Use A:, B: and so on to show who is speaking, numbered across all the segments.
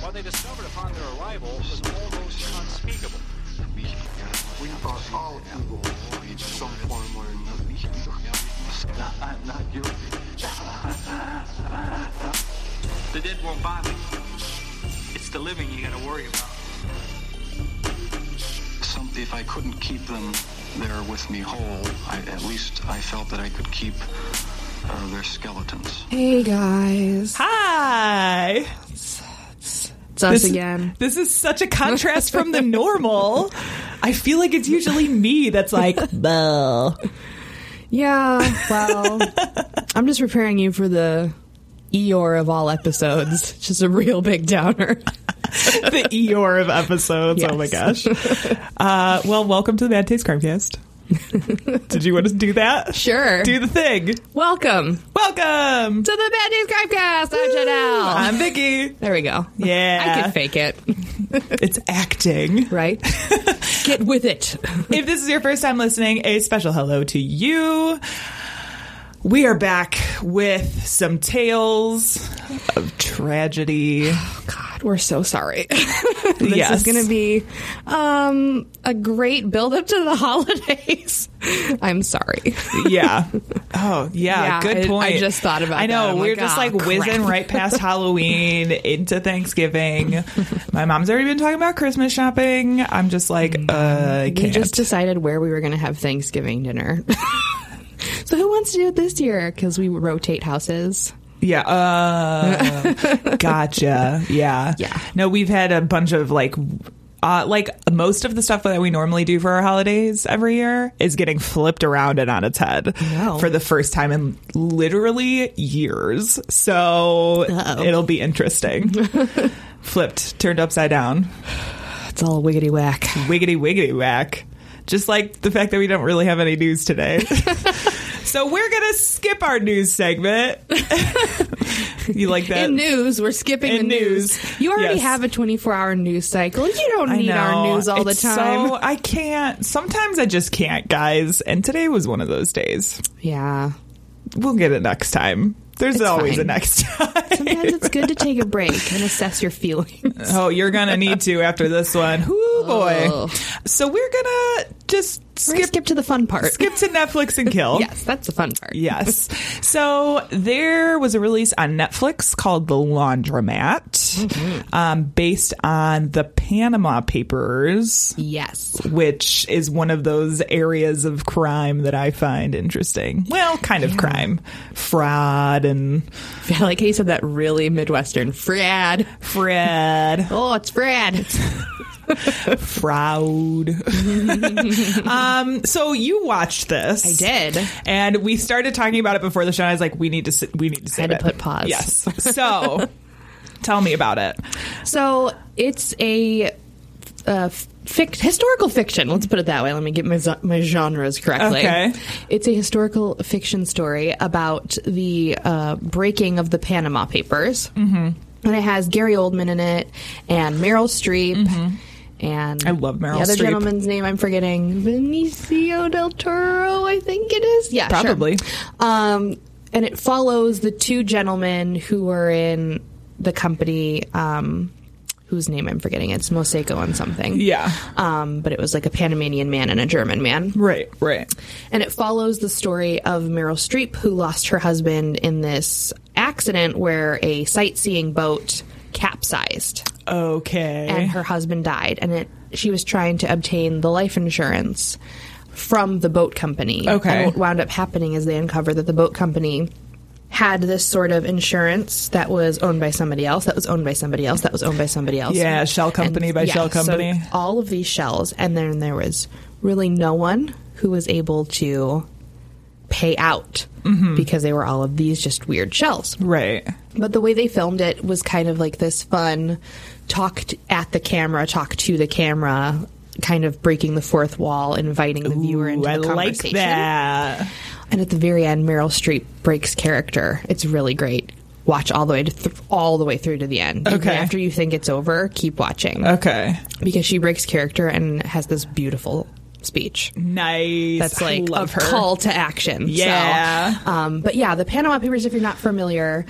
A: What they discovered upon their arrival was almost unspeakable.
B: We are all evil in some form or another. I'm not guilty.
A: The dead won't bother you. It's the living you gotta worry about.
B: Some, if I couldn't keep them there with me whole, I, at least I felt that I could keep uh, their skeletons.
C: Hey guys.
D: Hi.
C: It's us
D: this,
C: again.
D: This is such a contrast from the normal. I feel like it's usually me that's like, Bell.
C: Yeah, well, I'm just preparing you for the Eeyore of all episodes. Just a real big downer.
D: the Eeyore of episodes. Oh my
C: Yes.
D: gosh. Uh, well, welcome to the Bad Taste Crimecast. Did you want to do that?
C: Sure.
D: Do the thing.
C: Welcome
D: Welcome.
C: to the Bad News Cribecast. I'm Janelle.
D: I'm Vicky.
C: there we go.
D: Yeah.
C: I can fake it,
D: It's acting.
C: right? Get with it.
D: if this is your first time listening, a special hello to you. We are back with some tales of tragedy.
C: God, we're so sorry. this
D: Yes.
C: is going to be um, a great build up to the holidays. I'm sorry.
D: Yeah. Oh, yeah.
C: Yeah,
D: good
C: I-
D: point.
C: I just thought about
D: I
C: that.
D: know.
C: I'm
D: we're
C: like,
D: just
C: "Ah,
D: like whizzing
C: crap."
D: right past Halloween into Thanksgiving. My mom's already been talking about Christmas shopping. I'm just like, uh, I
C: Mm. We
D: can't.
C: just decided where we were going to have Thanksgiving dinner. so who wants to do it this year? Because we rotate houses.
D: Yeah. Uh, gotcha. Yeah.
C: Yeah.
D: No, we've had a bunch of like, uh, like most of the stuff that we normally do for our holidays every year is getting flipped around and on its head
C: Wow.
D: for the first time in literally years. So it'll be interesting. Flipped, turned upside down,
C: It's all wiggity whack.
D: wiggity wiggity whack. Just like the fact that we don't really have any news today. so we're gonna skip our news segment. you like that?
C: In news, we're skipping
D: In
C: the news.
D: news.
C: You already
D: Yes.
C: have a 24 hour news cycle. You don't
D: I
C: need our
D: know.
C: news all
D: It's
C: the time.
D: So I can't. Sometimes I just can't, guys. And today was one of those days.
C: yeah.
D: We'll get it next time. There's
C: It's
D: always
C: fine.
D: a next time.
C: Sometimes it's good to take a break and assess your feelings.
D: oh, you're gonna need to after this one. Whoo boy.
C: Oh.
D: So we're gonna just
C: We're gonna
D: skip
C: skip to the fun part.
D: skip to Netflix and kill.
C: Yes, that's the fun part.
D: Yes. So there was a release on Netflix called The Laundromat,
C: Mm-hmm.
D: um, based on the Panama Papers.
C: Yes.
D: which is one of those areas of crime that I find interesting. Well, kind of crime, fraud and
C: I like how you said that really Midwestern. Fred.
D: Fred,
C: Oh, it's Fred.
D: fraud. um, so you watched this?
C: I did.
D: and we started talking about it before the show. and I was like, we need to, sit, we need to,
C: I had
D: save
C: to
D: it.
C: put pause.
D: Yes. So, tell me about it.
C: So it's a uh, fic- historical fiction. Let's put it that way. Let me get my zo- my genres correctly.
D: Okay.
C: It's a historical fiction story about the uh, breaking of the Panama Papers, mm-hmm. and it has Gary Oldman in it and Meryl Streep. And
D: Mm-hmm. I love Meryl
C: The other
D: Streep.
C: gentleman's name I'm forgetting, Benicio del Toro, I think it is. Yeah, sure.
D: Probably.
C: Um, and it follows the two gentlemen who were in the company um, whose name I'm forgetting. It's Moseko on something.
D: Yeah.
C: Um, but it was like a Panamanian man and a German man.
D: Right, right.
C: And it follows the story of Meryl Streep, who lost her husband in this accident where a sightseeing boat capsized.
D: Okay.
C: And her husband died. And it she was trying to obtain the life insurance from the boat company.
D: Okay.
C: And what wound up happening is they uncovered that the boat company had this sort of insurance that was owned by somebody else, that was owned by somebody else, that was owned by somebody else.
D: Yeah, shell company by shell
C: so
D: company.
C: all of these shells, and then there was really no one who was able to pay out
D: Mhm.
C: because they were all of these just weird shells.
D: Right.
C: But the way they filmed it was kind of like this fun talk t- at the camera, talk to the camera, kind of breaking the fourth wall, inviting the viewer into the
D: I like
C: conversation.
D: that.
C: And at the very end, Meryl Streep breaks character. It's really great. Watch all the way to th- all the way through to the end. Even
D: Okay.
C: after you think it's over, keep watching.
D: Okay.
C: Because she breaks character and has this beautiful speech.
D: Nice.
C: That's
D: I
C: like
D: love
C: a
D: her.
C: call to action. So,
D: Yeah.
C: um, but yeah, the Panama Papers. If you're not familiar,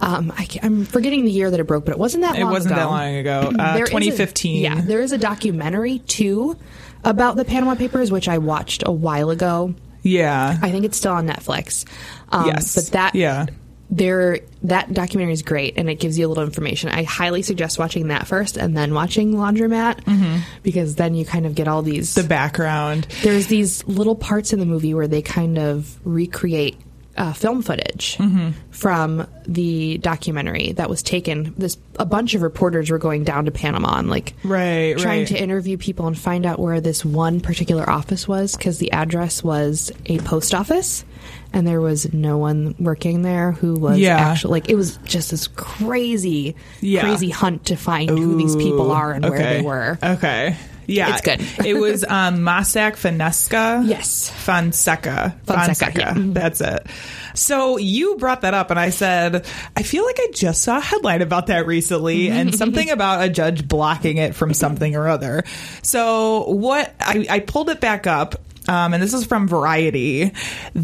C: um, I ca I'm forgetting the year that it broke, but it wasn't that
D: It
C: long
D: wasn't
C: ago. Mm-hmm.
D: that long ago. Uh,
C: There is a-
D: 2015.
C: yeah, there is a documentary too about the Panama Papers, which I watched a while ago.
D: Yeah.
C: I think it's still on Netflix. Um,
D: Yes.
C: but that
D: Yeah.
C: There, that documentary is great, and it gives you a little information. I highly suggest watching that first, and then watching Laundromat,
D: Mm-hmm.
C: because then you kind of get all these the
D: background.
C: There's these little parts in the movie where they kind of recreate uh, film footage
D: Mm-hmm.
C: from the documentary that was taken. This a bunch of reporters were going down to Panama and like
D: Right,
C: trying
D: right.
C: to interview people and find out where this one particular office was because the address was a post office and there was no one working there who was
D: Yeah.
C: actually like it was just this crazy
D: Yeah.
C: crazy hunt to find who these people
D: Ooh,
C: are and where
D: okay.
C: they were
D: Okay. Yeah.
C: It's good.
D: it was um, Masak Finesca. Yes. Fonseca.
C: Fonseca, yeah. Mhm.
D: That's it. So you brought that up, and I said, I feel like I just saw a headline about that recently and something about a judge blocking it from something or other. So what I, I pulled it back up. Um, and this is from Variety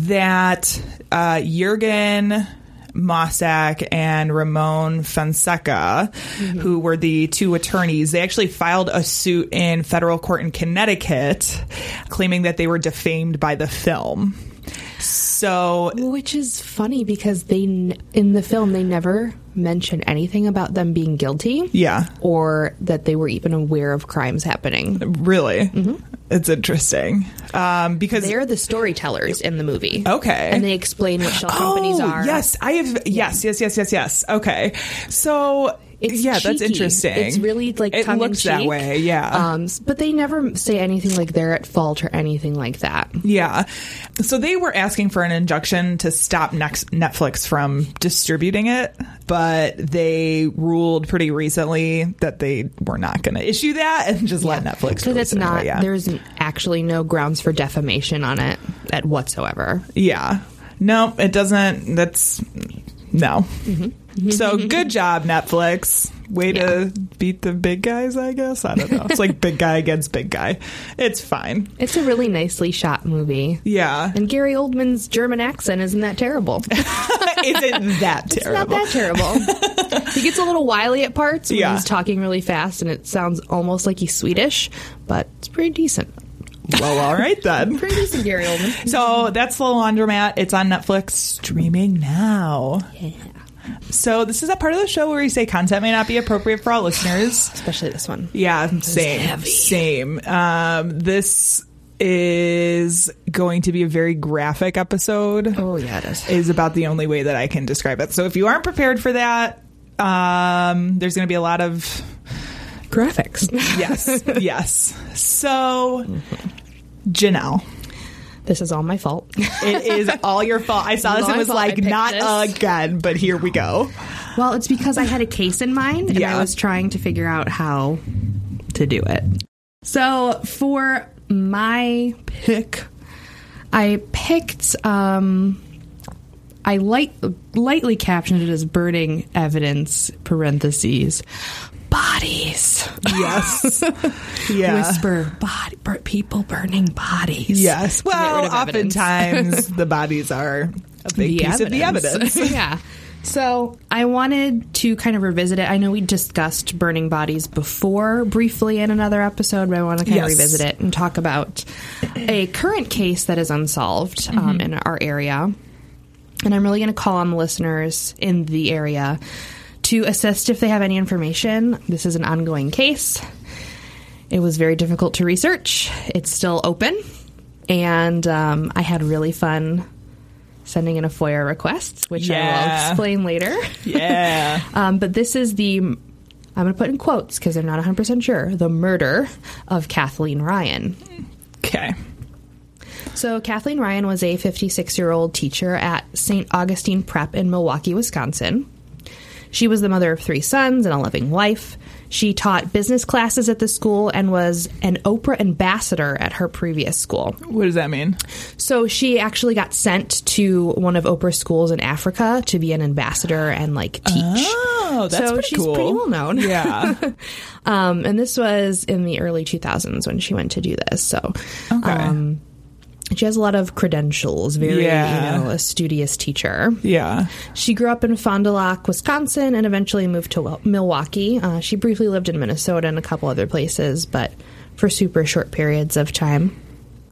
D: that uh, Jurgen Mossack and Ramon Fonseca,
C: Mm-hmm.
D: who were the two attorneys, they actually filed a suit in federal court in Connecticut claiming that they were defamed by the film. So,
C: which is funny because they n- in the film they never mention anything about them being guilty,
D: yeah,
C: or that they were even aware of crimes happening.
D: Really, it's interesting um, because
C: Mm-hmm. they're the storytellers in the movie.
D: Oh, Okay,
C: and they explain what shell companies
D: oh,
C: are.
D: Yes, I have. Yes, yes, yes, yes, yes. Okay, so yeah, that's
C: cheeky.
D: interesting.
C: It's really like
D: it looks that
C: tongue-in-cheek.
D: way. Yeah,
C: Um, s- but they never say anything like they're at fault or anything like that.
D: Yeah. So they were asking for an injunction to stop next Netflix from distributing it, but they ruled pretty recently that they were not going to issue that and just let Netflix
C: Because
D: release
C: it's
D: it anyway,
C: not.
D: yeah.
C: There's n- actually no grounds for defamation on it at whatsoever.
D: Yeah. No, it doesn't. That's no.
C: Mm-hmm.
D: So good job, Netflix. Way to beat the big guys, I guess. I don't know. It's like big guy against big guy. It's fine.
C: It's a really nicely shot movie.
D: Yeah.
C: And Gary Oldman's German accent isn't that terrible.
D: Isn't that terrible?
C: It's not that terrible. he gets a little wily at parts when
D: Yeah.
C: he's talking really fast, and it sounds almost like he's Swedish, but it's pretty decent.
D: Well, all right then.
C: Pretty decent, Gary Oldman.
D: So that's The Laundromat. It's on Netflix, streaming now. Yeah. So this is a part of the show where we say content may not be appropriate for all listeners,
C: especially this one.
D: Yeah, same, same. Um, this is going to be a very graphic episode.
C: Oh yeah, it is.
D: Is about the only way that I can describe it. So if you aren't prepared for that, um, there's going to be a lot of
C: graphics.
D: Yes, yes. So, Janelle.
C: This is all my fault.
D: It is all your fault. I saw this
C: My
D: and was
C: fault I
D: like,
C: picked
D: not
C: this."
D: again, but here we go.
C: Well, it's because I had a case in mind and
D: Yeah.
C: I was trying to figure out how to do it. So for my pick, I picked. Um, I light, lightly captioned it as "burning evidence" parentheses bodies.
D: Yes. Yeah.
C: Whisper body bur- people burning bodies.
D: Yes.
C: To get rid
D: Well,
C: of evidence.
D: oftentimes the bodies are a big piece of the evidence.
C: yeah. So I wanted to kind of revisit it. I know we discussed burning bodies before briefly in another episode, but I want to kind
D: Yes.
C: of revisit it and talk about a current case that is unsolved um,
D: Mhm.
C: in our area. And I'm really going to call on the listeners in the area to assist if they have any information. This is an ongoing case. It was very difficult to research. It's still open. And um, I had really fun sending in a FOIA request, which I will
D: Yeah.
C: explain later.
D: Yeah.
C: um, but this is the, I'm going to put in quotes because I'm not 100% sure, the murder of Kathleen Ryan.
D: Okay.
C: So, Kathleen Ryan was a 56 year old teacher at St. Augustine Prep in Milwaukee, Wisconsin. She was the mother of three sons and a loving wife. She taught business classes at the school and was an Oprah ambassador at her previous school.
D: What does that mean?
C: So, she actually got sent to one of Oprah's schools in Africa to be an ambassador and like teach.
D: Oh, that's
C: so
D: pretty
C: she's
D: cool.
C: pretty well known.
D: Yeah.
C: um, and this was in the early 2000s when she went to do this. So,
D: Oh,
C: um, she has a lot of credentials. Very,
D: Yeah.
C: you know, a studious teacher.
D: Yeah.
C: She grew up in Fond du Lac, Wisconsin, and eventually moved to Wil- Milwaukee. Uh, she briefly lived in Minnesota and a couple other places, but for super short periods of time.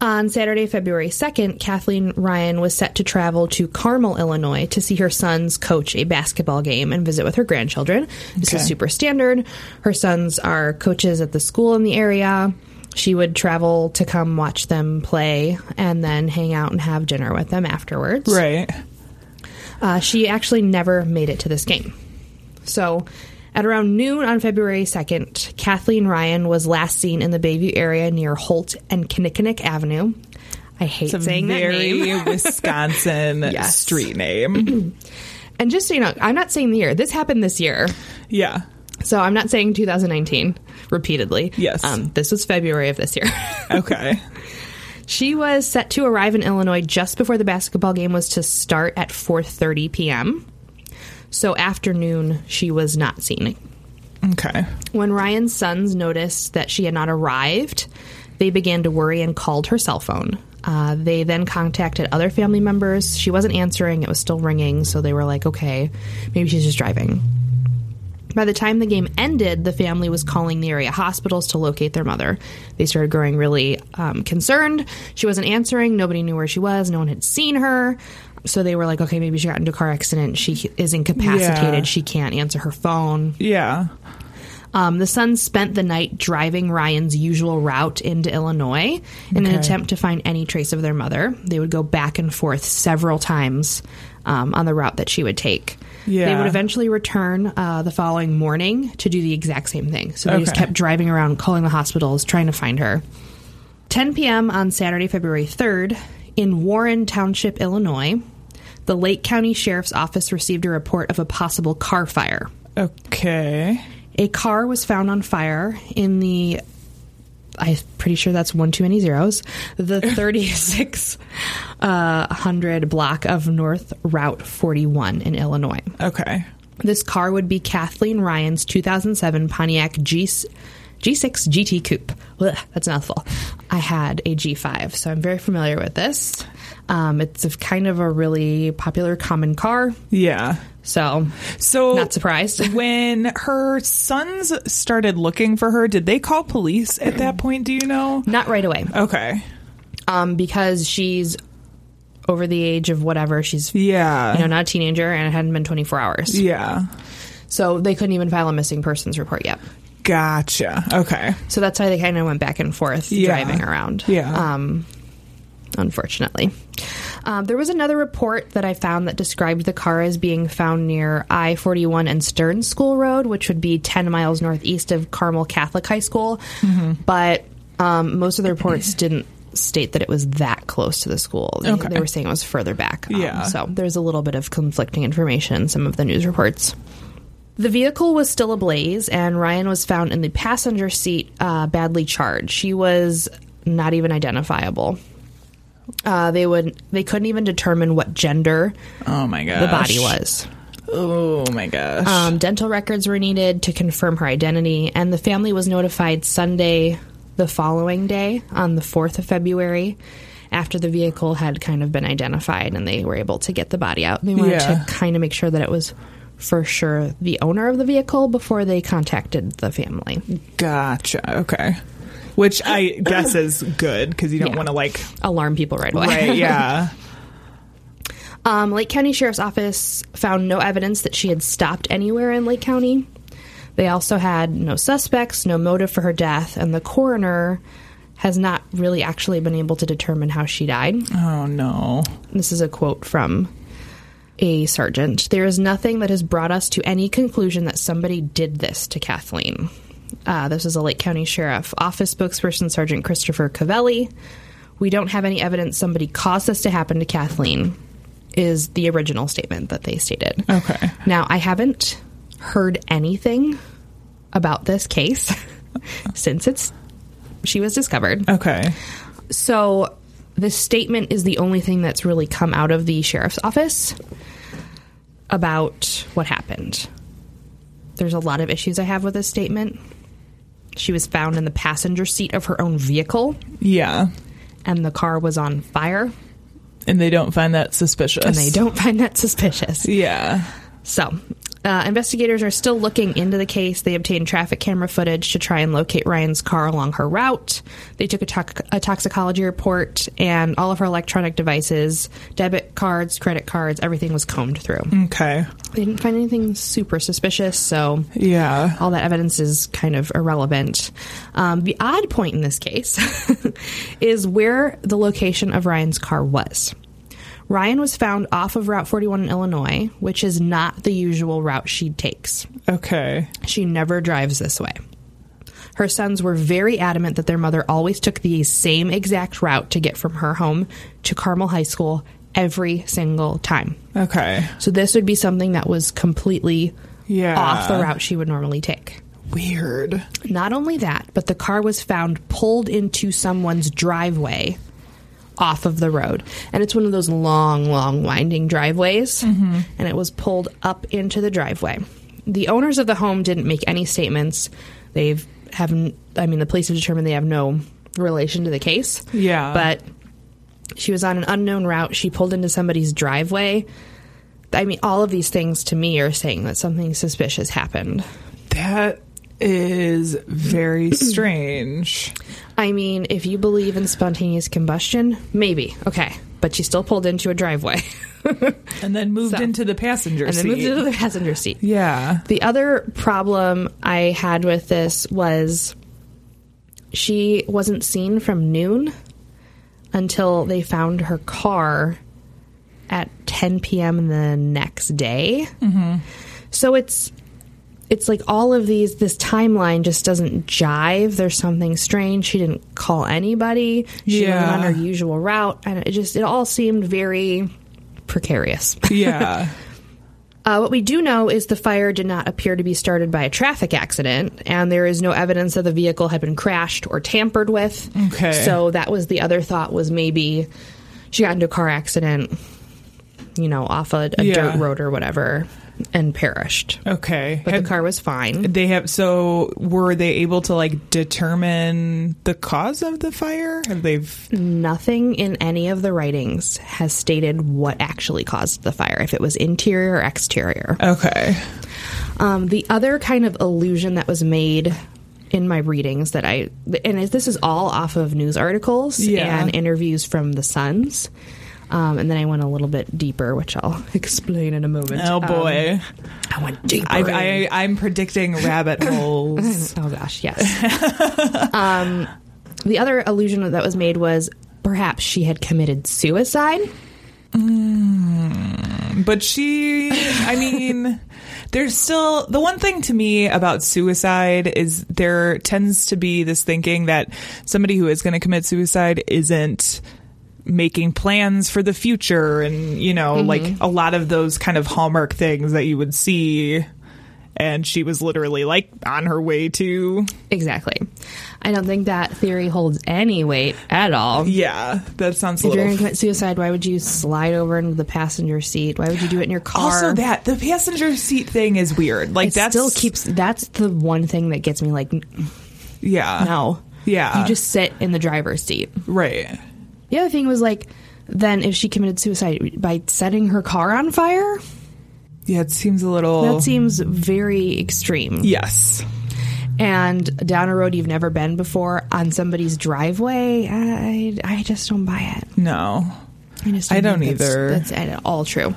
C: On Saturday, February 2nd, Kathleen Ryan was set to travel to Carmel, Illinois to see her sons coach a basketball game and visit with her grandchildren. This is
D: Okay.
C: super standard. Her sons are coaches at the school in the area. She would travel to come watch them play and then hang out and have dinner with them afterwards.
D: Right.
C: Uh, she actually never made it to this game. So, at around noon on February 2nd, Kathleen Ryan was last seen in the Bayview area near Holt and Kinnickinnick Avenue. I hate
D: It's a
C: saying that
D: very
C: name.
D: Wisconsin
C: Yes. Mm-hmm.
D: street name.
C: and just so you know, I'm not saying the year. This happened this year.
D: Yeah.
C: So I'm not saying 2019 repeatedly. Yes. Um, this was February of this year.
D: okay.
C: She was set to arrive in Illinois just before the basketball game was to start at 4:30 p.m. So afternoon, she was not seen.
D: Okay.
C: When Ryan's sons noticed that she had not arrived, they began to worry and called her cell phone. Uh, they then contacted other family members. She wasn't answering, it was still ringing, so they were like, okay, maybe she's just driving. By the time the game ended, the family was calling the area hospitals to locate their mother. They started growing really um, concerned. She wasn't answering. Nobody knew where she was. No one had seen her. So they were like, okay, maybe she got into a car accident. She is incapacitated.
D: Yeah.
C: She can't answer her phone.
D: Yeah.
C: Um, the sons spent the night driving Ryan's usual route into Illinois in an
D: Okay.
C: attempt to find any trace of their mother. They would go back and forth several times um, on the route that she would take. They
D: Yeah.
C: would eventually return uh, the following morning to do the exact same thing. So they just
D: Okay.
C: kept driving around, calling the hospitals, trying to find her. 10 p.m. on Saturday, February 3rd, in Warren Township, Illinois, the Lake County Sheriff's Office received a report of a possible car fire.
D: Okay.
C: A car was found on fire in the. I'm pretty sure that's one too many zeros. The 36 uh, hundred block of North Route 41 in Illinois.
D: Okay.
C: This car would be Kathleen Ryan's 2007 Pontiac G- G6 GT Coupe. Blech, that's a mouthful. I had a G5, so I'm very familiar with this. Um, it's a kind of a really popular common car.
D: Yeah.
C: So,
D: so
C: not surprised.
D: when her sons started looking for her, did they call police at that point? Do you know?
C: Not right away.
D: Okay.
C: um, because she's over the age of whatever she's
D: yeah
C: you know not a teenager and it hadn't been 24 hours
D: Yeah.
C: so they couldn't even file a missing persons report yet
D: Gotcha. Okay.
C: so that's why they kind of went back and forth
D: Yeah.
C: driving around
D: Yeah.
C: um unfortunately um, there was another report that i found that described the car as being found near i-41 and stern school road which would be 10 miles northeast of carmel catholic high school
D: Mm-hmm.
C: but um, most of the reports didn't state that it was that close to the school. They,
D: Okay.
C: they were saying it was further back. Um,
D: Yeah.
C: So there's a little bit of conflicting information in some of the news reports. The vehicle was still ablaze, and Ryan was found in the passenger seat, uh, badly charred. She was not even identifiable. Uh, they would they couldn't even determine what gender
D: Oh my gosh.
C: the body was.
D: Oh my gosh.
C: Um, dental records were needed to confirm her identity, and the family was notified Sunday the following day on the 4th of February. after the vehicle had kind of been identified and they were able to get the body out. They wanted
D: Yeah.
C: to kind of make sure that it was for sure the owner of the vehicle before they contacted the family.
D: Gotcha. Okay. Which I guess is good because you don't
C: Yeah.
D: want to like
C: alarm people right away.
D: Right. Yeah.
C: Um, Lake County Sheriff's Office found no evidence that she had stopped anywhere in Lake County. They also had no suspects, no motive for her death, and the coroner has not really actually been able to determine how she died.
D: Oh, no.
C: This is a quote from a sergeant. There is nothing that has brought us to any conclusion that somebody did this to Kathleen. Uh, this is a Lake County Sheriff Office spokesperson, Sergeant Christopher Covelli. We don't have any evidence somebody caused this to happen to Kathleen, is the original statement that they stated.
D: Okay.
C: Now, I haven't heard anything about this case since it's she was discovered.
D: Okay.
C: So this statement is the only thing that's really come out of the sheriff's office about what happened. There's a lot of issues I have with this statement. She was found in the passenger seat of her own vehicle
D: Yeah.
C: and the car was on fire.
D: And they don't find that suspicious.
C: And they don't find that suspicious.
D: Yeah.
C: So, uh, investigators are still looking into the case. They obtained traffic camera footage to try and locate Ryan's car along her route. They took a, tox- a toxicology report, and all of her electronic devices, debit cards, credit cards, everything was combed through.
D: Okay.
C: They didn't find anything super suspicious, so
D: yeah,
C: all that evidence is kind of irrelevant. Um, the odd point in this case is where the location of Ryan's car was. Ryan was found off of Route 41 in Illinois, which is not the usual route she takes.
D: Okay.
C: She never drives this way. Her sons were very adamant that their mother always took the same exact route to get from her home to Carmel High School every single time.
D: Okay.
C: So this would be something that was completely
D: Yeah.
C: off the route she would normally take.
D: Weird.
C: Not only that, but the car was found pulled into someone's driveway off of the road. And it's one of those long, long, winding driveways. And it was pulled up into the driveway. The owners of the home didn't make any statements. They've haven't, I mean, the police have determined they have no relation to the case.
D: Yeah.
C: But she was on an unknown route. She pulled into somebody's driveway. I mean, all of these things to me are saying that something suspicious happened.
D: That is very strange.
C: I mean, if you believe in spontaneous combustion, maybe. Okay. But she still pulled into a driveway
D: And then moved into the passenger
C: and then
D: seat.
C: moved into the passenger seat.
D: yeah.
C: The other problem I had with this was she wasn't seen from noon until they found her car at 10 p.m. the next day.
E: Mhm.
C: So it's it's like all of these this timeline just doesn't jive. There's something strange. She didn't call anybody. She
D: Yeah.
C: went on her usual route and it just it all seemed very precarious.
D: Yeah.
C: Uh, what we do know is the fire did not appear to be started by a traffic accident, and there is no evidence that the vehicle had been crashed or tampered with.
D: Okay.
C: So that was the other thought was maybe she got into a car accident, you know, off a, a
D: Yeah.
C: dirt road or whatever, and perished.
D: Okay.
C: But the car was fine.
D: They have so were they able to like determine the cause of the fire? Have they
C: Nothing in any of the writings has stated what actually caused the fire, if it was interior or exterior.
D: Okay.
C: Um, the other kind of illusion that was made in my readings that I, and is- this is all off of news articles
D: Yeah.
C: and interviews from the Suns. Um, and then I went a little bit deeper, which I'll explain in a moment.
D: Oh
C: Um,
D: boy.
C: I went deeper.
D: I, I I'm predicting rabbit holes.
C: oh gosh, yes. um, the other illusion that was made was perhaps she had committed suicide.
D: But she, I mean, there's still the one thing to me about suicide is there tends to be this thinking that somebody who is going to commit suicide isn't making plans for the future and, you know,
F: Mhm.
D: like a lot of those kind of hallmark things that you would see. And she was literally like on her way to.
C: Exactly. I don't think that theory holds any weight at all.
D: Yeah, that sounds a
C: If you're
D: little
C: going to commit suicide, why would you slide over into the passenger seat? Why would you do it in your car?
D: Also, that the passenger seat thing is weird. Like
C: it
D: that's
C: still keeps. That's the one thing that gets me. Like,
D: yeah,
C: no,
D: Uh, yeah.
C: you just sit in the driver's seat,
D: right?
C: The other thing was like, then if she committed suicide by setting her car on fire,
D: yeah, it seems a little.
C: that seems very extreme.
D: Yes.
C: And down a road you've never been before on somebody's driveway, I, I just don't buy it.
D: No.
C: I, just
D: I don't
C: think that's-
D: either.
C: That's at all true.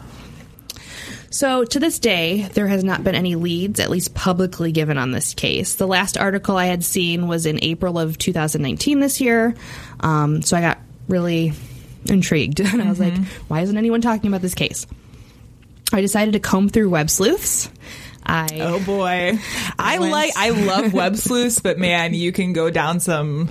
C: So to this day, there has not been any leads, at least publicly given on this case. The last article I had seen was in April of 2019 this year. Um, so I got really intrigued, and I was like,
D: Mm-hmm.
C: "Why isn't anyone talking about this case?" I decided to comb through web sleuths. I
D: oh boy, I
C: went-
D: like I love web sleuths, but man, you can go down some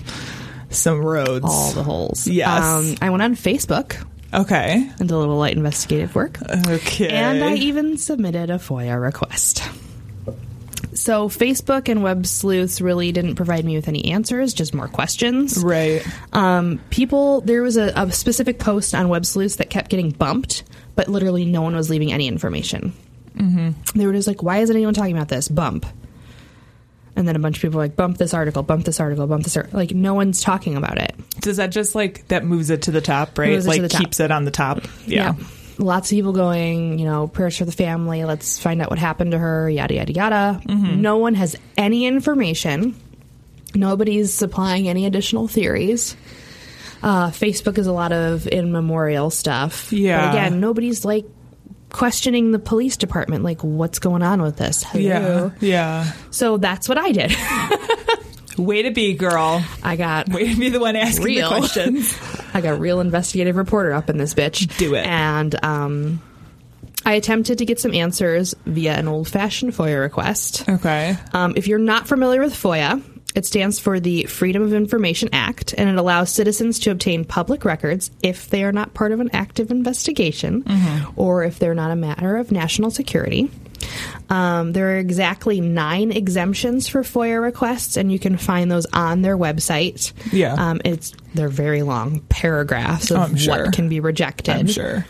D: some roads,
C: all the holes.
D: Yes.
C: Um, I went on Facebook.
D: Okay.
C: And did a little light investigative work.
D: Okay.
C: And I even submitted a FOIA request. So Facebook and web sleuths really didn't provide me with any answers, just more questions.
D: Right.
C: Um, people, there was a, a specific post on web sleuths that kept getting bumped, but literally no one was leaving any information.
D: Mhm.
C: They were just like, why isn't anyone talking about this? Bump. And then a bunch of people were like, bump this article, bump this article, bump this article. Like, no one's talking about it.
D: Does that just like that moves it to the top, right?
C: Moves it to
D: like
C: the top.
D: keeps it on the top. Yeah.
C: Yep. Lots of people going, you know, prayers for the family. Let's find out what happened to her, yada, yada, yada.
D: Mm-hmm.
C: No one has any information. Nobody's supplying any additional theories. Uh, Facebook is a lot of in memorial stuff. But
D: Yeah.
C: again, nobody's like questioning the police department, like, what's going on with this?
D: Yeah.
C: Hello?
D: Yeah.
C: So that's what I did.
D: Way to be, girl.
C: I got
D: way to be the one asking
C: real.
D: the questions.
C: I got a real investigative reporter up in this bitch. Do it. And um, I attempted to get some answers via an old fashioned FOIA request.
D: Okay.
C: Um, if you're not familiar with FOIA, it stands for the Freedom of Information Act, and it allows citizens to obtain public records if they are not part of an active investigation
D: Mm-hmm.
C: or if they're not a matter of national security. Um, there are exactly nine exemptions for FOIA requests, and you can find those on their website.
D: Yeah.
C: um, it's they're very long paragraphs
D: Oh,
C: of
D: I'm sure.
C: what can be rejected.
D: I'm sure.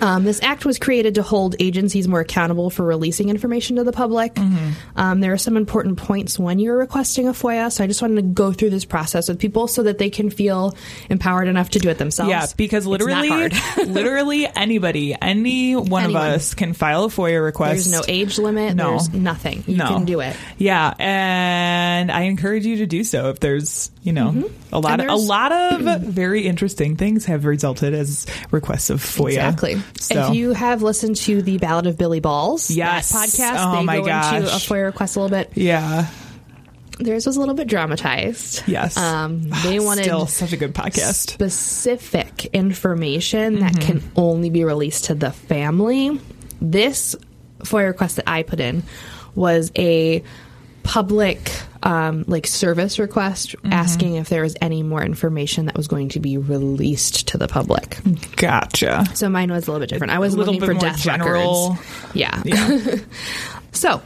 C: Um, this act was created to hold agencies more accountable for releasing information to the public.
D: Mm-hmm.
C: Um, there are some important points when you're requesting a FOIA, so I just wanted to go through this process with people so that they can feel empowered enough to do it themselves.
D: Yeah, because
C: It's not
D: literally,
C: hard.
D: literally anybody, any one
C: Anyone.
D: of us can file a FOIA request.
C: there's no age limit.
D: No.
C: There's nothing. You
D: No.
C: can do it.
D: Yeah, and I encourage you to do so if there's, you know, a
C: Mm-hmm. And
D: lot of a
C: there's-
D: lot of very interesting things have resulted as requests of FOIA.
C: Exactly.
D: So
C: If you have listened to the Ballad of Billy Balls,
D: Yes.
C: that podcast,
D: Oh
C: they
D: my
C: go into a
D: gosh.
C: FOIA request a little bit.
D: Yeah.
C: Theirs was a little bit dramatized.
D: Yes. Ah,
C: Um, they wanted
D: Still such a good podcast. Mm-hmm.
C: specific information that can only be released to the family. This FOIA request that I put in was a public um, like service request
D: Mm-hmm.
C: asking if there was any more information that was going to be released to the public.
D: Gotcha.
C: So mine was a little bit different. I
D: A
C: was
D: little
C: looking
D: bit
C: for
D: more
C: death
D: general.
C: records. Yeah. so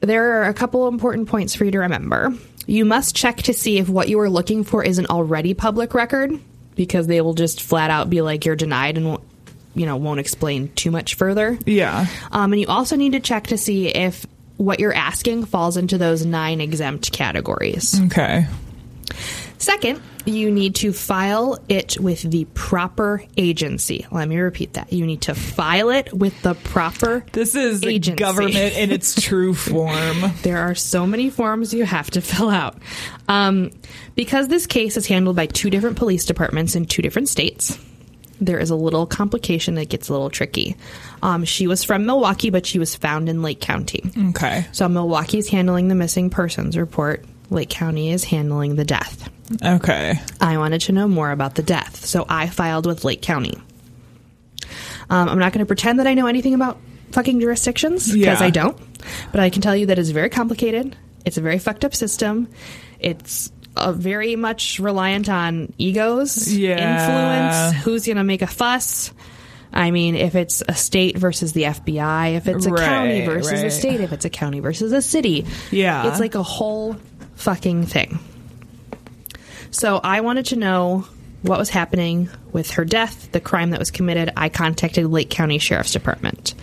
C: there are a couple important points for you to remember. You must check to see if what you are looking for is an already public record because they will just flat out be like you're denied and won't, you know won't explain too much further.
D: Yeah.
C: Um, and you also need to check to see if what you're asking falls into those nine exempt categories.
D: Okay.
C: Second, you need to file it with the proper agency. Let me repeat that. You need to file it with the proper
D: This is the
C: agency.
D: government in its true form.
C: There are so many forms you have to fill out. Um, because this case is handled by two different police departments in two different states, there is a little complication that gets a little tricky. Um, she was from Milwaukee, but she was found in Lake County.
D: Okay.
C: So Milwaukee's handling the missing persons report, Lake County is handling the death.
D: Okay.
C: I wanted to know more about the death, so I filed with Lake County. Um, I'm not going to pretend that I know anything about fucking jurisdictions because
D: Yeah.
C: I don't, but I can tell you that it's very complicated. It's a very fucked up system. It's uh, very much reliant on egos,
D: Yeah.
C: influence, who's going to make a fuss. I mean, if it's a state versus the FBI, if it's a county
D: Right,
C: versus a
D: right.
C: state, if it's a county versus a city.
D: Yeah.
C: It's like a whole fucking thing. So I wanted to know what was happening with her death, the crime that was committed. I contacted Lake County Sheriff's Department.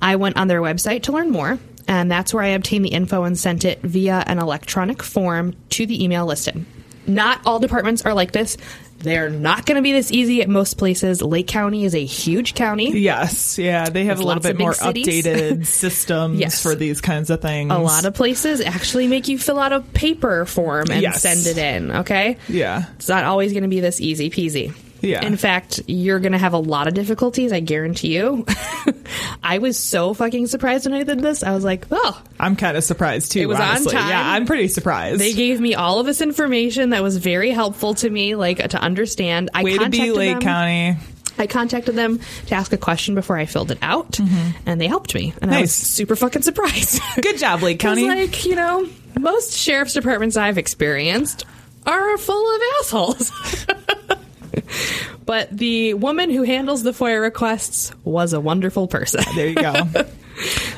C: I went on their website to learn more, and that's where I obtained the info and sent it via an electronic form to the email listed. Not all departments are like this. They're not going to be this easy at most places. Lake County is a huge county.
D: Yes, yeah, they have
C: With
D: a little
C: lots of
D: bit
C: big
D: more
C: cities.
D: updated systems
C: Yes.
D: for these kinds of things.
C: A lot of places actually make you fill out a paper form and
D: Yes.
C: send it in, okay?
D: yeah,
C: It's not always going to be this easy peasy.
D: Yeah.
C: In fact, you're going to have a lot of difficulties, I guarantee you. I was so fucking surprised when I did this. I was like, oh,
D: I'm kind of surprised too.
C: It was on
D: honestly.
C: time.
D: Yeah, I'm pretty surprised.
C: they gave me all of this information that was very helpful to me, like to understand. I
D: Way to
C: contacted
D: be uh, Lake
C: them.
D: County.
C: I contacted them to ask a question before I filled it out, and they helped me. And I was
D: Mm-hmm. Nice.
C: super fucking surprised.
D: Good job, Lake
C: 'Cause,
D: County.
C: like, you know, most sheriff's departments I've experienced are full of assholes. but the woman who handles the FOIA requests was a wonderful person.
D: there you go.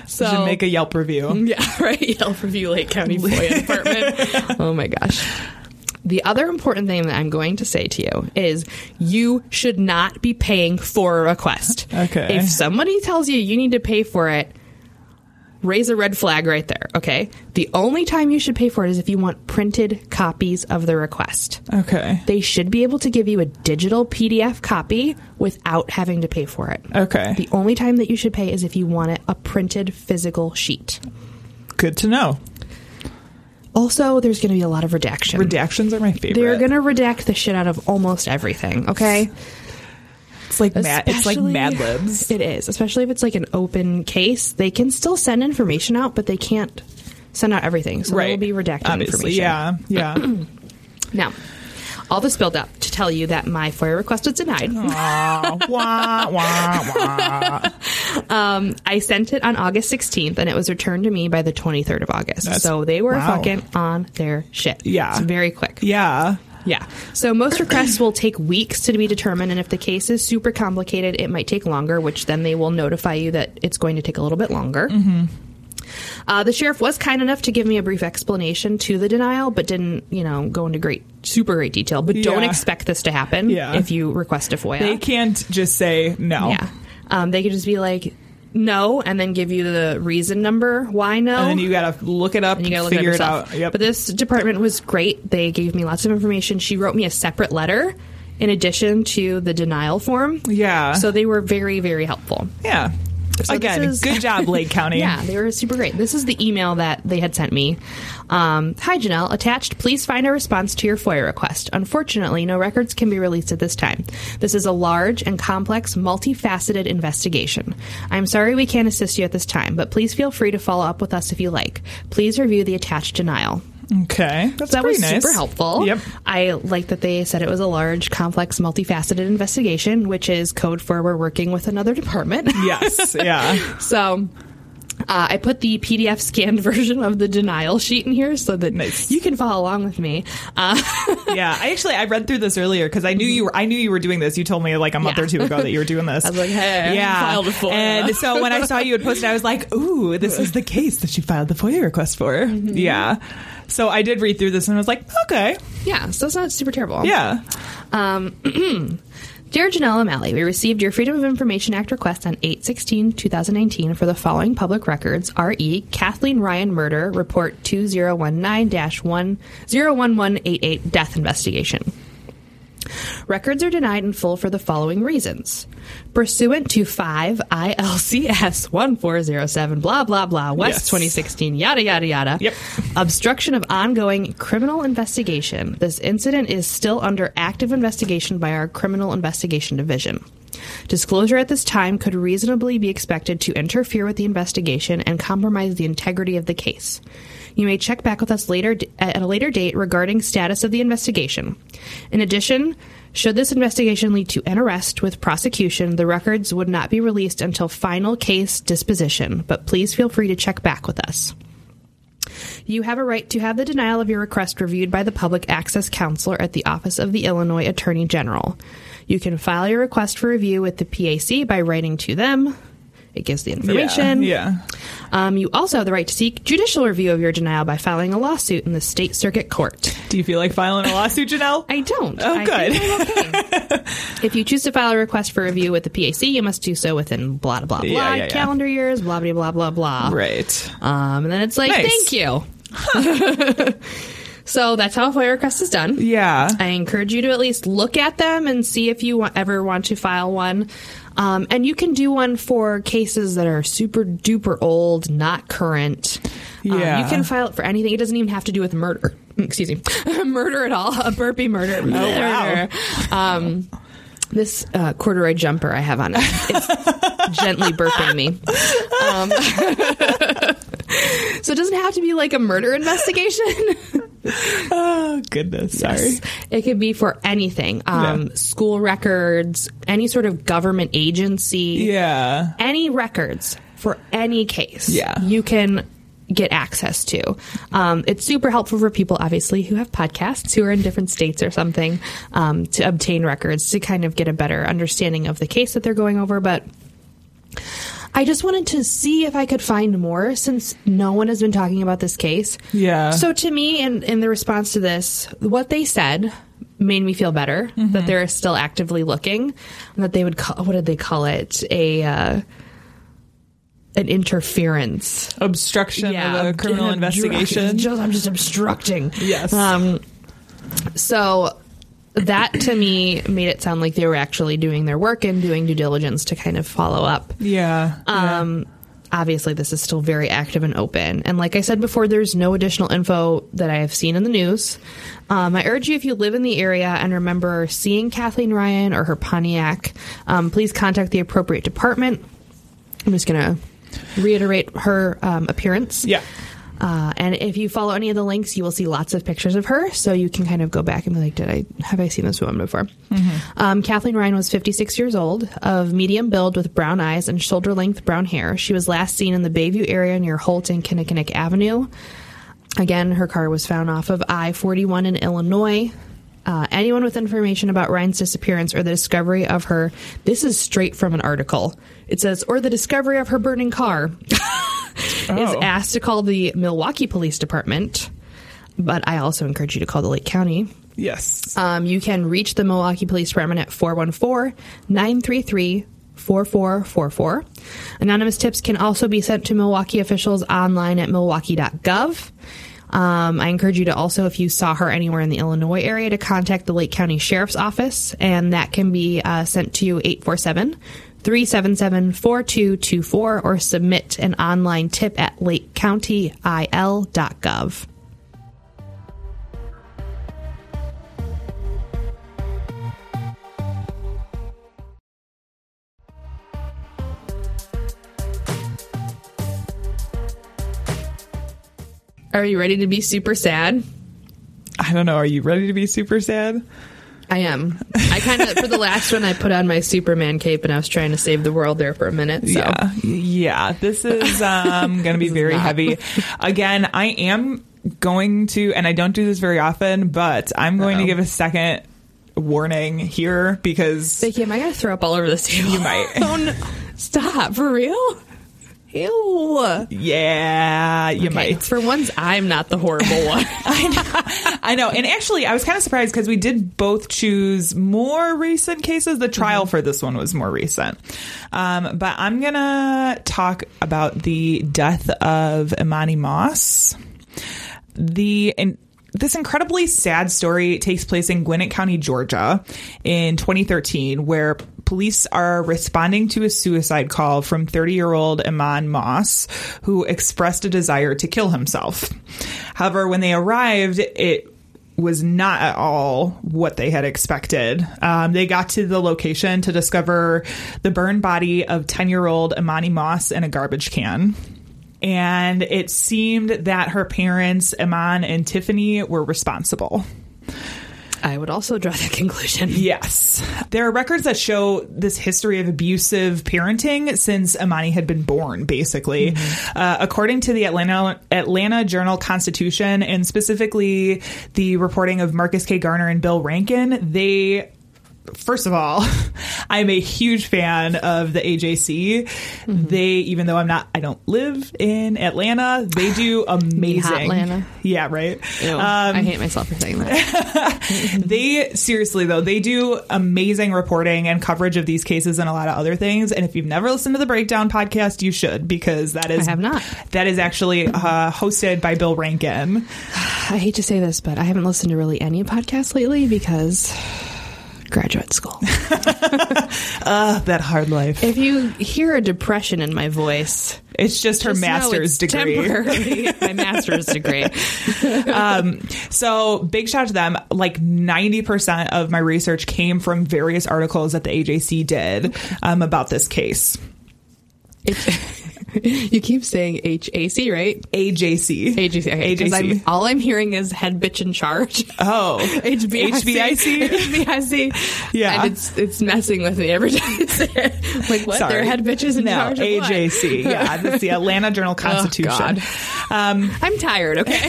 C: So mm,
D: Should make a Yelp review.
C: yeah, right. Yelp review Lake County FOIA Department. oh my gosh. The other important thing that I'm going to say to you is you should not be paying for a request.
D: Okay.
C: If somebody tells you you need to pay for it, raise a red flag right there, okay? The only time you should pay for it is if you want printed copies of the request.
D: Okay.
C: They should be able to give you a digital PDF copy without having to pay for it.
D: Okay.
C: The only time that you should pay is if you want it, a printed physical sheet.
D: Good to know.
C: Also, there's going to be a lot of redaction.
D: Redactions are my favorite.
C: They're going to redact the shit out of almost everything, okay?
D: It's like mad. It's like
C: Especially-
D: Mad Libs.
C: It is, especially if it's like an open case. They can still send information out, but they can't send out everything. So there will
D: Right.
C: be redacted
D: Obviously,
C: information.
D: yeah, yeah.
C: now, all this build up to tell you that my FOIA request was denied.
D: Oh. Aw, wah, wah, wah.
C: Um, I sent it on August 16th, and it was returned to me by the 23rd of August.
D: That's-
C: so they were
D: wow.
C: fucking on their shit.
D: Yeah.
C: It's very quick.
D: Yeah.
C: Yeah. So most requests will take weeks to be determined, and if the case is super complicated, it might take longer, which then they will notify you that it's going to take a little bit longer.
D: Mm-hmm.
C: Uh, the sheriff was kind enough to give me a brief explanation to the denial, but didn't, you know, go into great, super great detail. But don't
D: Yeah.
C: expect this to happen
D: Yeah.
C: if you request a FOIA.
D: They can't just say no.
C: Yeah. Um, they could just be like, no, and then give you the reason number why no.
D: And then you gotta look it up,
C: And you gotta look
D: figure
C: it,
D: it
C: up yourself.
D: out. Yep.
C: But this department was great. They gave me lots of information. She wrote me a separate letter in addition to the denial form.
D: Yeah.
C: So they were very, very helpful.
D: yeah.
C: So
D: Again,
C: this is-
D: good job, Lake County.
C: Yeah, they were super great. This is the email that they had sent me. Um, Hi, Janelle. Attached, please find a response to your FOIA request. Unfortunately, no records can be released at this time. This is a large and complex, multifaceted investigation. I'm sorry we can't assist you at this time, but please feel free to follow up with us if you like. Please review the attached denial.
D: Okay. That's
C: So that
D: pretty
C: was
D: nice.
C: super helpful.
D: Yep.
C: I like that they said it was a large, complex, multifaceted investigation, which is code for we're working with another department.
D: Yes. Yeah.
C: So uh, I put the PDF scanned version of the denial sheet in here so that
D: Nice.
C: you can follow along with me. Uh,
D: yeah. I actually I read through this earlier because I knew you were I knew you were doing this. You told me like a month
C: Mm-hmm. Yeah.
D: or two ago that you were doing this.
C: I was like, hey, I filed a FOIA.
D: And so when I saw you had posted, I was like, ooh, this is the case that she filed the FOIA request for.
C: Mm-hmm.
D: Yeah. So I did read through this and I was like, okay.
C: yeah, so it's not super terrible.
D: Yeah.
C: Um, Dear Janelle O'Malley, we received your Freedom of Information Act request on 8 16 2019 for the following public records RE Kathleen Ryan murder, report 2019 1011188 death investigation. Records are denied in full for the following reasons. Pursuant to 5 ILCS 1407, blah, blah, blah, West
D: Yes.
C: 2016, yada, yada, yada.
D: Yep.
C: Obstruction of ongoing criminal investigation. This incident is still under active investigation by our Criminal Investigation Division. Disclosure at this time could reasonably be expected to interfere with the investigation and compromise the integrity of the case. You may check back with us later at a later date regarding status of the investigation. In addition, should this investigation lead to an arrest with prosecution, the records would not be released until final case disposition, but please feel free to check back with us. You have a right to have the denial of your request reviewed by the Public Access Counselor at the Office of the Illinois Attorney General. You can file your request for review with the PAC by writing to them. It gives the information.
D: Yeah.
C: Um, you also have the right to seek judicial review of your denial by filing a lawsuit in the state circuit court.
D: Do you feel like filing a lawsuit, Janelle?
C: I don't.
D: Oh,
C: I
D: good.
C: think I'm okay. if you choose to file a request for review with the PAC, you must do so within blah blah blah
D: Yeah, yeah, yeah.
C: calendar years, blah blah blah blah blah.
D: Right.
C: Um, and then it's like,
D: Nice.
C: thank you. So that's how a FOIA request is done.
D: Yeah.
C: I encourage you to at least look at them and see if you wa- ever want to file one. Um, and you can do one for cases that are super duper old, not current. Um,
D: Yeah.
C: you can file it for anything. It doesn't even have to do with murder. Mm, Excuse me. murder at all. A burpee murder.
D: Oh, wow.
C: Murder. Um, this uh, corduroy jumper I have on it. It's gently burping me. Um, so it doesn't have to be like a murder investigation.
D: oh goodness! Sorry.
C: Yes. It could be for anything. Um, School records, any sort of government agency.
D: Yeah.
C: Any records for any case. Yeah. You can get access to. Um, it's super helpful for people, obviously, who have podcasts, who are in different states or something, um, to obtain records to kind of get a better understanding of the case that they're going over. But I just wanted to see if I could find more since no one has been talking about this case.
D: Yeah.
C: So to me, in in the response to this, what they said made me feel better
D: Mm-hmm.
C: that they're still actively looking, and that they would call what did they call it a uh, an interference
D: obstruction of a criminal
C: obstruction.
D: investigation.
C: Just- I'm just obstructing.
D: Yes.
C: Um, so that to me made it sound like they were actually doing their work and doing due diligence to kind of follow up.
D: Yeah.
C: Um, Obviously, this is still very active and open. And like I said before, there's no additional info that I have seen in the news. Um, I urge you, if you live in the area and remember seeing Kathleen Ryan or her Pontiac, um, please contact the appropriate department. I'm just going to reiterate her um, appearance.
D: Yeah.
C: Uh, and if you follow any of the links, you will see lots of pictures of her. So you can kind of go back and be like, "Did I have I seen this woman before?" Um, Kathleen Ryan was 56 years old, of medium build with brown eyes and shoulder length brown hair. She was last seen in the Bayview area near Holt and Kinnickinnick Avenue. Again, her car was found off of I 41 in Illinois. Uh, anyone with information about Ryan's disappearance or the discovery of her, this is straight from an article. It says, or the discovery of her burning car is
D: Oh.
C: asked to call the Milwaukee Police Department, but I also encourage you to call the Lake County.
D: Yes.
C: Um, you can reach the Milwaukee Police Department at 414 933 4444. Anonymous tips can also be sent to Milwaukee officials online at milwaukee.gov. Um, I encourage you to also, if you saw her anywhere in the Illinois area, to contact the Lake County Sheriff's Office, and that can be uh, sent to 847 377 4224 or submit an online tip at lakecountyil.gov. Are you ready to be super sad?
D: I don't know. Are you ready to be super sad?
C: I am. I kind of for the last one I put on my Superman cape and I was trying to save the world there for a minute. So.
D: Yeah. Yeah. This is um, going to be very heavy. Again, I am going to, and I don't do this very often, but I'm going to give a second warning here because
C: Vicky, am I gonna throw up all over this table? You
D: might.
C: oh, no. Stop for real. Ew.
D: Yeah, you might.
C: For once, I'm not the horrible one.
D: I know. And actually, I was kind of surprised because we did both choose more recent cases. The trial for this one was more recent. Um, but I'm going to talk about the death of Imani Moss. The. In, this incredibly sad story takes place in Gwinnett County, Georgia, in 2013, where police are responding to a suicide call from 30 year old Iman Moss, who expressed a desire to kill himself. However, when they arrived, it was not at all what they had expected. Um, they got to the location to discover the burned body of 10 year old Imani Moss in a garbage can. And it seemed that her parents, Iman and Tiffany, were responsible.
C: I would also draw that conclusion.
D: Yes. There are records that show this history of abusive parenting since Imani had been born, basically. Uh, according to the Atlanta, Atlanta Journal Constitution, and specifically the reporting of Marcus K. Garner and Bill Rankin, they first of all, I'm a huge fan of the AJC. They, even though I'm not, I don't live in Atlanta, they do amazing.
G: Atlanta.
D: Yeah, right.
G: Ew,
D: Um,
G: I hate myself for saying that.
D: they seriously though they do amazing reporting and coverage of these cases and a lot of other things and if you've never listened to the breakdown podcast you should because that is
C: I have not.
D: that is actually uh, hosted by bill rankin
C: I hate to say this, but I haven't listened to really any podcasts lately because graduate school.
D: uh, that hard life
C: if you hear a depression in my voice,
D: it's just her
C: know
D: master's
C: it's
D: degree
C: Temporarily, my master's degree.
D: um, so big shout out to them. Like 90% of my research came from various articles that the AJC did um, about this case.
C: You keep saying HAC, right?
D: AJC.
C: AJC. Okay, 'cause
D: AJC.
C: I'm- all I'm hearing is head bitch in charge.
D: Oh.
C: HBIC.
D: HBIC.
C: HBIC.
D: Yeah.
C: And it's, it's messing with me every time I say it. I'm Like, what?
D: Sorry.
C: Their head bitches in
D: no,
C: charge? of what? Oh,
D: AJC. Yeah, that's the Atlanta Journal Constitution. um,
C: I'm tired, okay?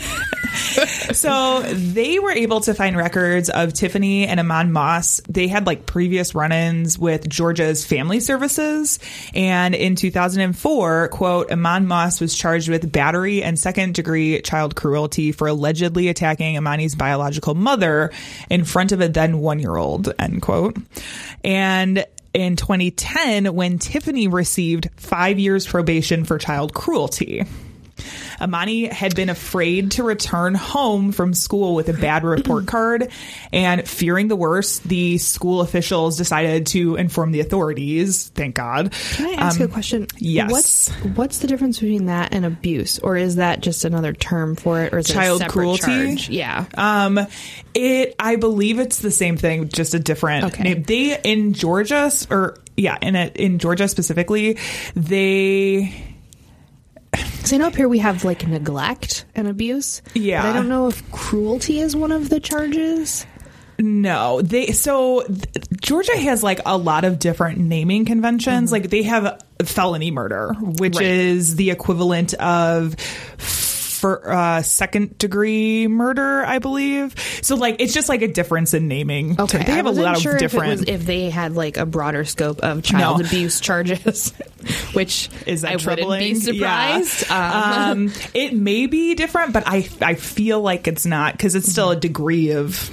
D: so they were able to find records of Tiffany and Amon Moss. They had like previous run ins with Georgia's family services. And in 2004, quote, Amon Moss was charged with battery and second degree child cruelty for allegedly attacking Amani's biological mother in front of a then one year old, end quote. And in 2010, when Tiffany received five years probation for child cruelty. Amani had been afraid to return home from school with a bad report card, and fearing the worst, the school officials decided to inform the authorities. Thank God.
C: Can I ask
D: Um,
C: you a question?
D: yes.
C: What's what's the difference between that and abuse, or is that just another term for it, or is
D: Child
C: it a separate
D: cruelty?
C: Charge? Yeah.
D: Um, it I believe it's the same thing, just a different name. They in Georgia s- or yeah, in a, in Georgia specifically, they
C: Because I know up here we have like neglect and abuse.
D: Yeah.
C: But I don't know if cruelty is one of the charges.
D: No, they so th- Georgia has like a lot of different naming conventions. Like they have felony murder, which
C: Mm-hmm. Right.
D: is the equivalent of for uh, second degree murder, I believe. So like it's just like a difference in naming.
C: Okay,
D: they have
C: I
D: a
C: wasn't
D: lot
C: sure if
D: of
C: it
D: different.
C: was- If, they had like a broader scope of child
D: No.
C: abuse charges, which
D: is that
C: I
D: troubling?
C: wouldn't be
D: Yeah.
C: surprised. Um,
D: Um, it may be different, but I I feel like it's not because it's still a degree of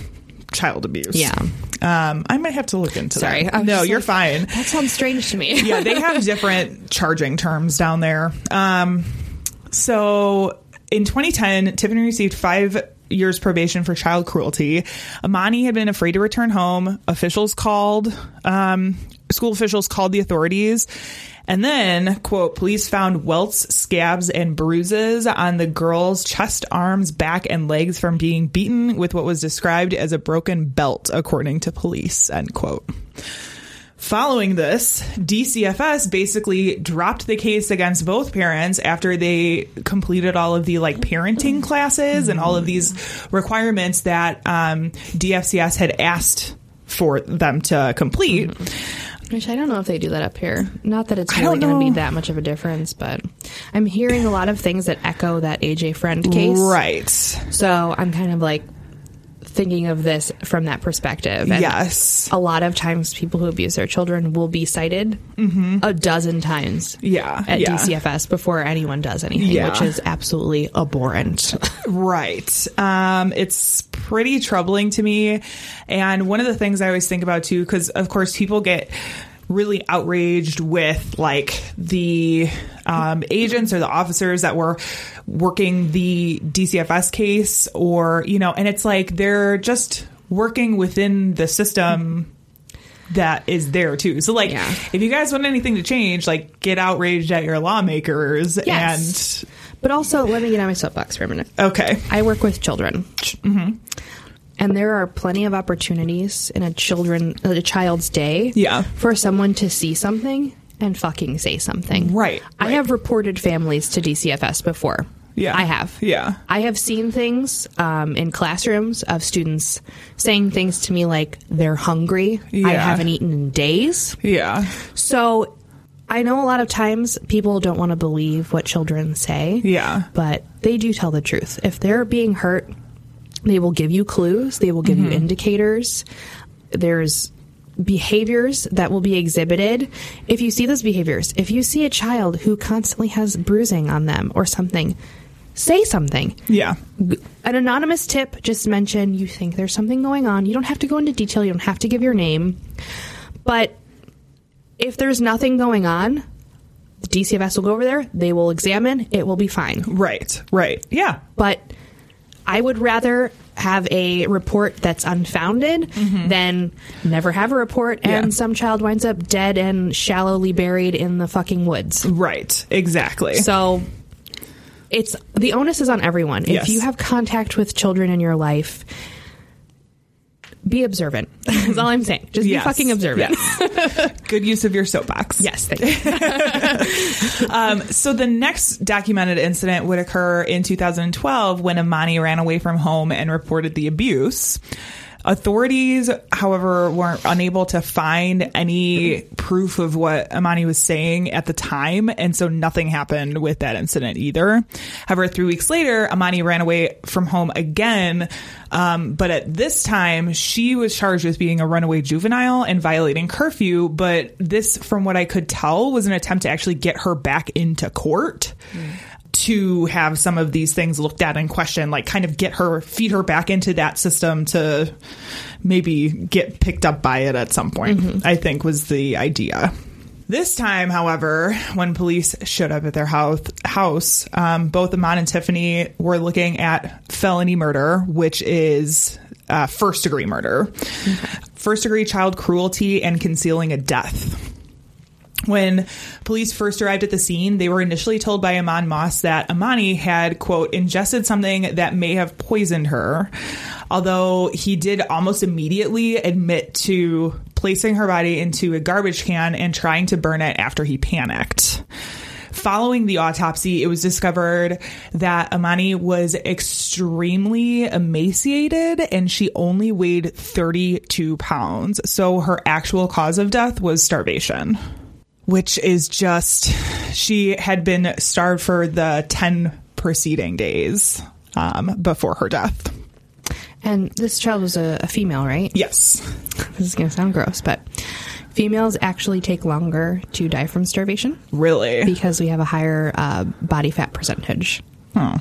D: child abuse.
C: Mm-hmm. Yeah.
D: Um, I might have to look into
C: Sorry,
D: that.
C: I was
D: no,
C: just
D: you're
C: like,
D: fine.
C: that sounds strange to me.
D: yeah, they have different charging terms down there. Um, so in 2010, Tiffany received five years probation for child cruelty. Amani had been afraid to return home. Officials called, um, school officials called the authorities. And then, quote, police found welts, scabs, and bruises on the girl's chest, arms, back, and legs from being beaten with what was described as a broken belt, according to police, end quote. Following this, DCFS basically dropped the case against both parents after they completed all of the like parenting classes and all of these requirements that um, DFCS had asked for them to complete.
C: Which I don't know if they do that up here. Not that it's
D: I don't
C: really going to be
D: know.
C: that much of a difference, but I'm hearing a lot of things that echo that AJ Friend case.
D: Right.
C: So I'm kind of like thinking of this from that perspective.
D: yes.
C: A lot of times people who abuse their children will be cited a dozen times
D: Yeah.
C: at
D: yeah.
C: DCFS before anyone does anything,
D: Yeah.
C: which is absolutely abhorrent.
D: Right. Um, it's pretty troubling to me. And one of the things I always think about too, because of course people get really outraged with like the um, agents or the officers that were working the DCFS case or, you know, and it's like they're just working within the system that is there too. So like if you guys want anything to change, like get outraged at your lawmakers
C: Yes.
D: and
C: But also, let me get on my soapbox for a minute.
D: Okay.
C: I work with children.
D: Mm-hmm.
C: And there are plenty of opportunities in a children a child's day
D: Yeah.
C: for someone to see something and fucking say something.
D: Right.
C: I have reported families to DCFS before.
D: Yeah.
C: I have.
D: Yeah.
C: I have seen things um, in classrooms of students saying things to me like they're hungry. I
D: Yeah.
C: haven't eaten in days.
D: Yeah.
C: So I know a lot of times people don't want to believe what children say.
D: Yeah.
C: But they do tell the truth. If they're being hurt, they will give you clues, they will give you indicators. There's behaviors that will be exhibited if you see those behaviors. If you see a child who constantly has bruising on them or something, say something.
D: Yeah.
C: An anonymous tip, just mention you think there's something going on. You don't have to go into detail, you don't have to give your name. But if there's nothing going on, the DCFS will go over there, they will examine, it will be fine.
D: Right, right. Yeah.
C: But I would rather have a report that's unfounded than never have a report and
D: Mm-hmm. Yeah.
C: some child winds up dead and shallowly buried in the fucking woods.
D: Right, exactly.
C: So it's the onus is on everyone.
D: Yes.
C: If you have contact with children in your life, be observant. That's all I'm saying. Just
D: Yes,
C: be fucking observant.
D: yes. Good use of your soapbox.
C: Yes, thank
D: you. um, so the next documented incident would occur in 2012 when Imani ran away from home and reported the abuse. Authorities, however, weren't unable to find any proof of what Imani was saying at the time, and so nothing happened with that incident either. However, three weeks later, Imani ran away from home again, um, but at this time, she was charged with being a runaway juvenile and violating curfew. But this, from what I could tell, was an attempt to actually get her back into court to have some of these things looked at and questioned, like kind of get her, feed her back into that system to maybe get picked up by it at some point,
E: Mhm.
D: I think was the idea. This time, however, when police showed up at their house, house um, both Amon and Tiffany were looking at felony murder, which is uh, first degree murder, first degree child cruelty, and concealing a death. When police first arrived at the scene, they were initially told by Aman Moss that Amani had, quote, ingested something that may have poisoned her, although he did almost immediately admit to placing her body into a garbage can and trying to burn it after he panicked. Following the autopsy, it was discovered that Amani was extremely emaciated and she only weighed 32 pounds. So her actual cause of death was starvation which is just she had been starved for the 10 preceding days um, before her death.
C: And this child was a, a female, right?
D: Yes.
C: This is going to sound gross, but females actually take longer to die from starvation.
D: Really?
C: Because we have a higher uh, body fat percentage.
D: Oh.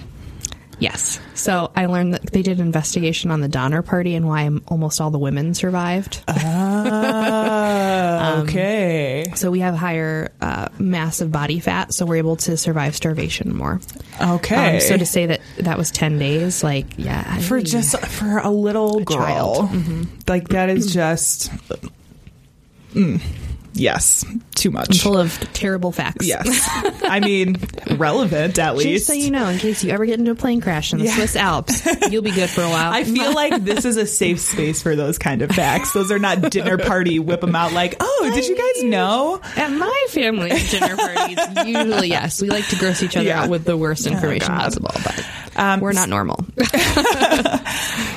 C: Yes. So I learned that they did an investigation on the Donner Party and why almost all the women survived. um,
D: Ah, okay.
C: So we have higher uh, mass of body fat, so we're able to survive starvation more.
D: Okay.
C: Um, so to say that that was 10 days, like, yeah.
D: For just for a little girl. Mm-hmm.
C: child.
D: Like that is just mm, yes, too much.
C: Full of terrible facts.
D: Yes. I mean relevant at least.
C: Just so you know, in case you ever get into a plane crash in the
D: Yeah.
C: Swiss Alps, you'll be good for a while.
D: I feel like this is a safe space for those kind of facts. Those are not dinner party whip them out like, "Oh, did you guys know?"
C: At my family's dinner parties, usually yes, we like to gross each other
D: Yeah.
C: out with the worst
D: Oh,
C: information
D: God.
C: possible, but we're not normal.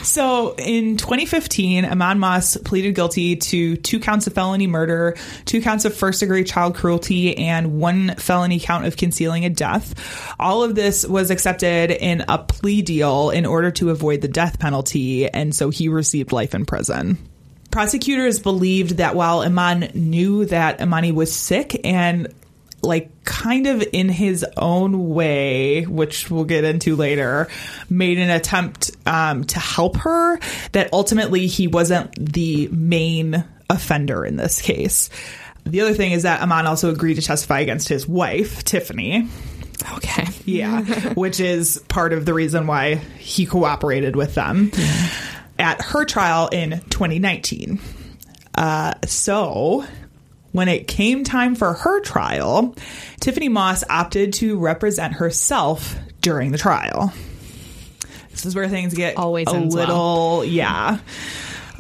D: So in 2015, Amon Moss pleaded guilty to two counts of felony murder, two counts of first degree child cruelty, and one felony count of concealing a death. All of this was accepted in a plea deal in order to avoid the death penalty, and so he received life in prison. Prosecutors believed that while Iman knew that Imani was sick and like kind of in his own way, which we'll get into later, made an attempt um, to help her. That ultimately he wasn't the main offender in this case. The other thing is that Aman also agreed to testify against his wife, Tiffany.
C: Okay.
D: Yeah, which is part of the reason why he cooperated with them at her trial in 2019. Uh, so, when it came time for her trial, Tiffany Moss opted to represent herself during the trial. This is where things get always a
C: ends well.
D: little, yeah,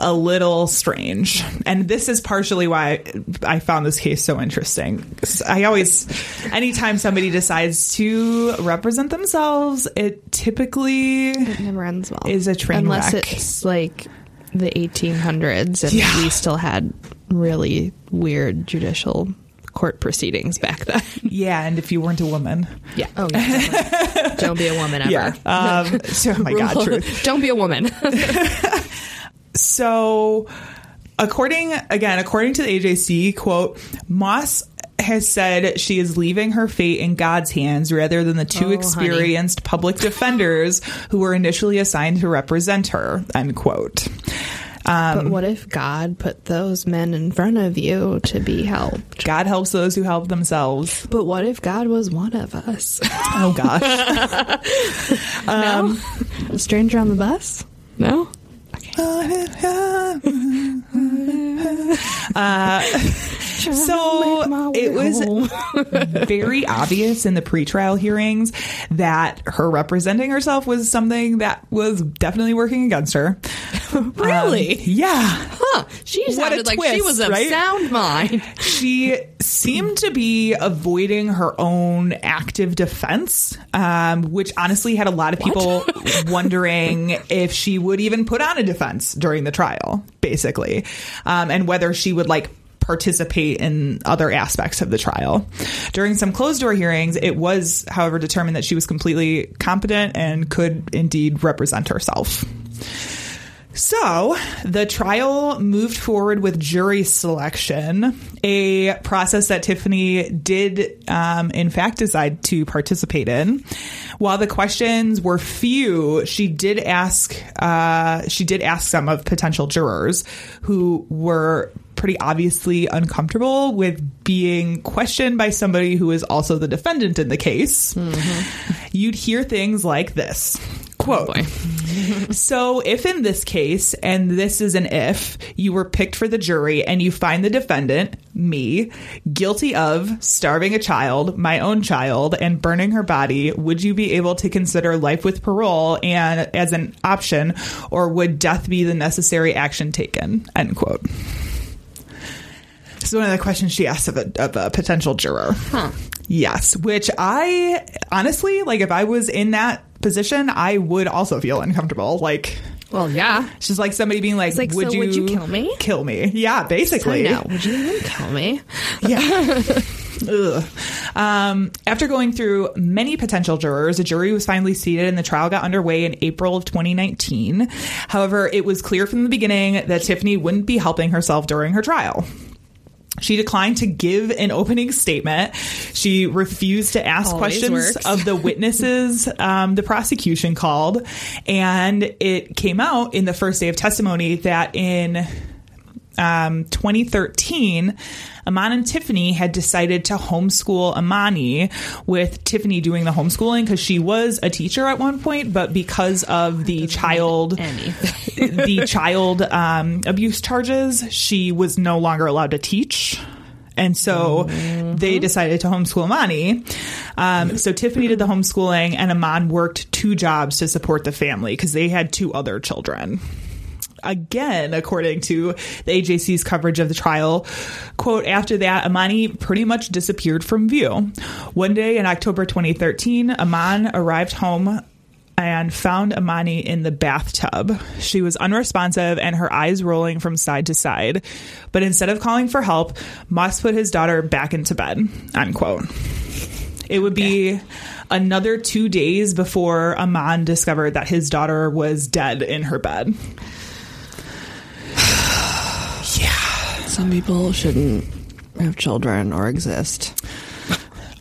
D: a little strange. And this is partially why I found this case so interesting. 'Cause I always, anytime somebody decides to represent themselves, it typically it
C: never ends well.
D: Is a train
C: Unless
D: wreck.
C: it's like the 1800s and
D: Yeah.
C: we still had really weird judicial court proceedings back then.
D: yeah, and if you weren't a woman,
C: Yeah. Oh, yeah. Don't be a woman ever.
D: Yeah. Um, so- oh my God,
C: Rule-
D: truth.
C: Don't be a woman.
D: So According again, according to the AJC, quote, Moss has said she is leaving her fate in God's hands rather than the two
E: honey.
D: experienced public defenders who were initially assigned to represent her, end quote. Uh,
C: but what if God put those men in front of you to be helped?
D: God helps those who help themselves.
C: But what if God was one of us?
D: Oh gosh.
C: um, A stranger on the bus? No.
D: Uh, so it was very obvious in the pretrial hearings that her representing herself was something that was definitely working against her. Um,
C: Really?
D: yeah.
C: Huh. Um, She
D: What a
C: sounded like she
D: twist,
C: was of
D: right?
C: sound mind.
D: she seemed to be avoiding her own active defense, um, which honestly had a lot of people wondering if she would even put on a defense during the trial, basically, um, and whether she would like participate in other aspects of the trial. During some closed door hearings, it was, however, determined that she was completely competent and could indeed represent herself. So the trial moved forward with jury selection, a process that Tiffany did, um, in fact, decide to participate in. While the questions were few, she did ask uh, she did ask some of potential jurors who were pretty obviously uncomfortable with being questioned by somebody who is also the defendant in the case. You'd hear things like this. Quote. so, if in this case, and this is an if, you were picked for the jury and you find the defendant, me, guilty of starving a child, my own child, and burning her body, would you be able to consider life with parole and as an option, or would death be the necessary action taken? End quote. This is one of the questions she asked of a, of a potential juror. Yes, which I honestly, like, if I was in that position, I would also feel uncomfortable. Like,
C: well, yeah.
D: She's like somebody being like,
C: It's like,
D: would,
C: so
D: you
C: would you kill me?
D: Kill me. Yeah, basically.
C: So no. Would you even kill me?
D: Yeah. Ugh. Um, after going through many potential jurors, a jury was finally seated and the trial got underway in April of 2019. However, it was clear from the beginning that Tiffany wouldn't be helping herself during her trial. She declined to give an opening statement. She refused to ask
E: Always
D: questions
E: works.
D: of the witnesses um, the prosecution called. And it came out in the first day of testimony that in um, 2013, Aman and Tiffany had decided to homeschool Amani, with Tiffany doing the homeschooling because she was a teacher at one point, but because of the child, the child um, abuse charges, she was no longer allowed to teach. And so they decided to homeschool Amani. Um, so Tiffany did the homeschooling, and Aman worked two jobs to support the family because they had two other children again, according to the AJC's coverage of the trial. Quote, after that, Amani pretty much disappeared from view. One day in October 2013, Aman arrived home and found Amani in the bathtub. She was unresponsive and her eyes rolling from side to side. But instead of calling for help, Moss put his daughter back into bed, unquote. It would be another two days before Aman discovered that his daughter was dead in her bed.
H: Some people shouldn't have children or exist.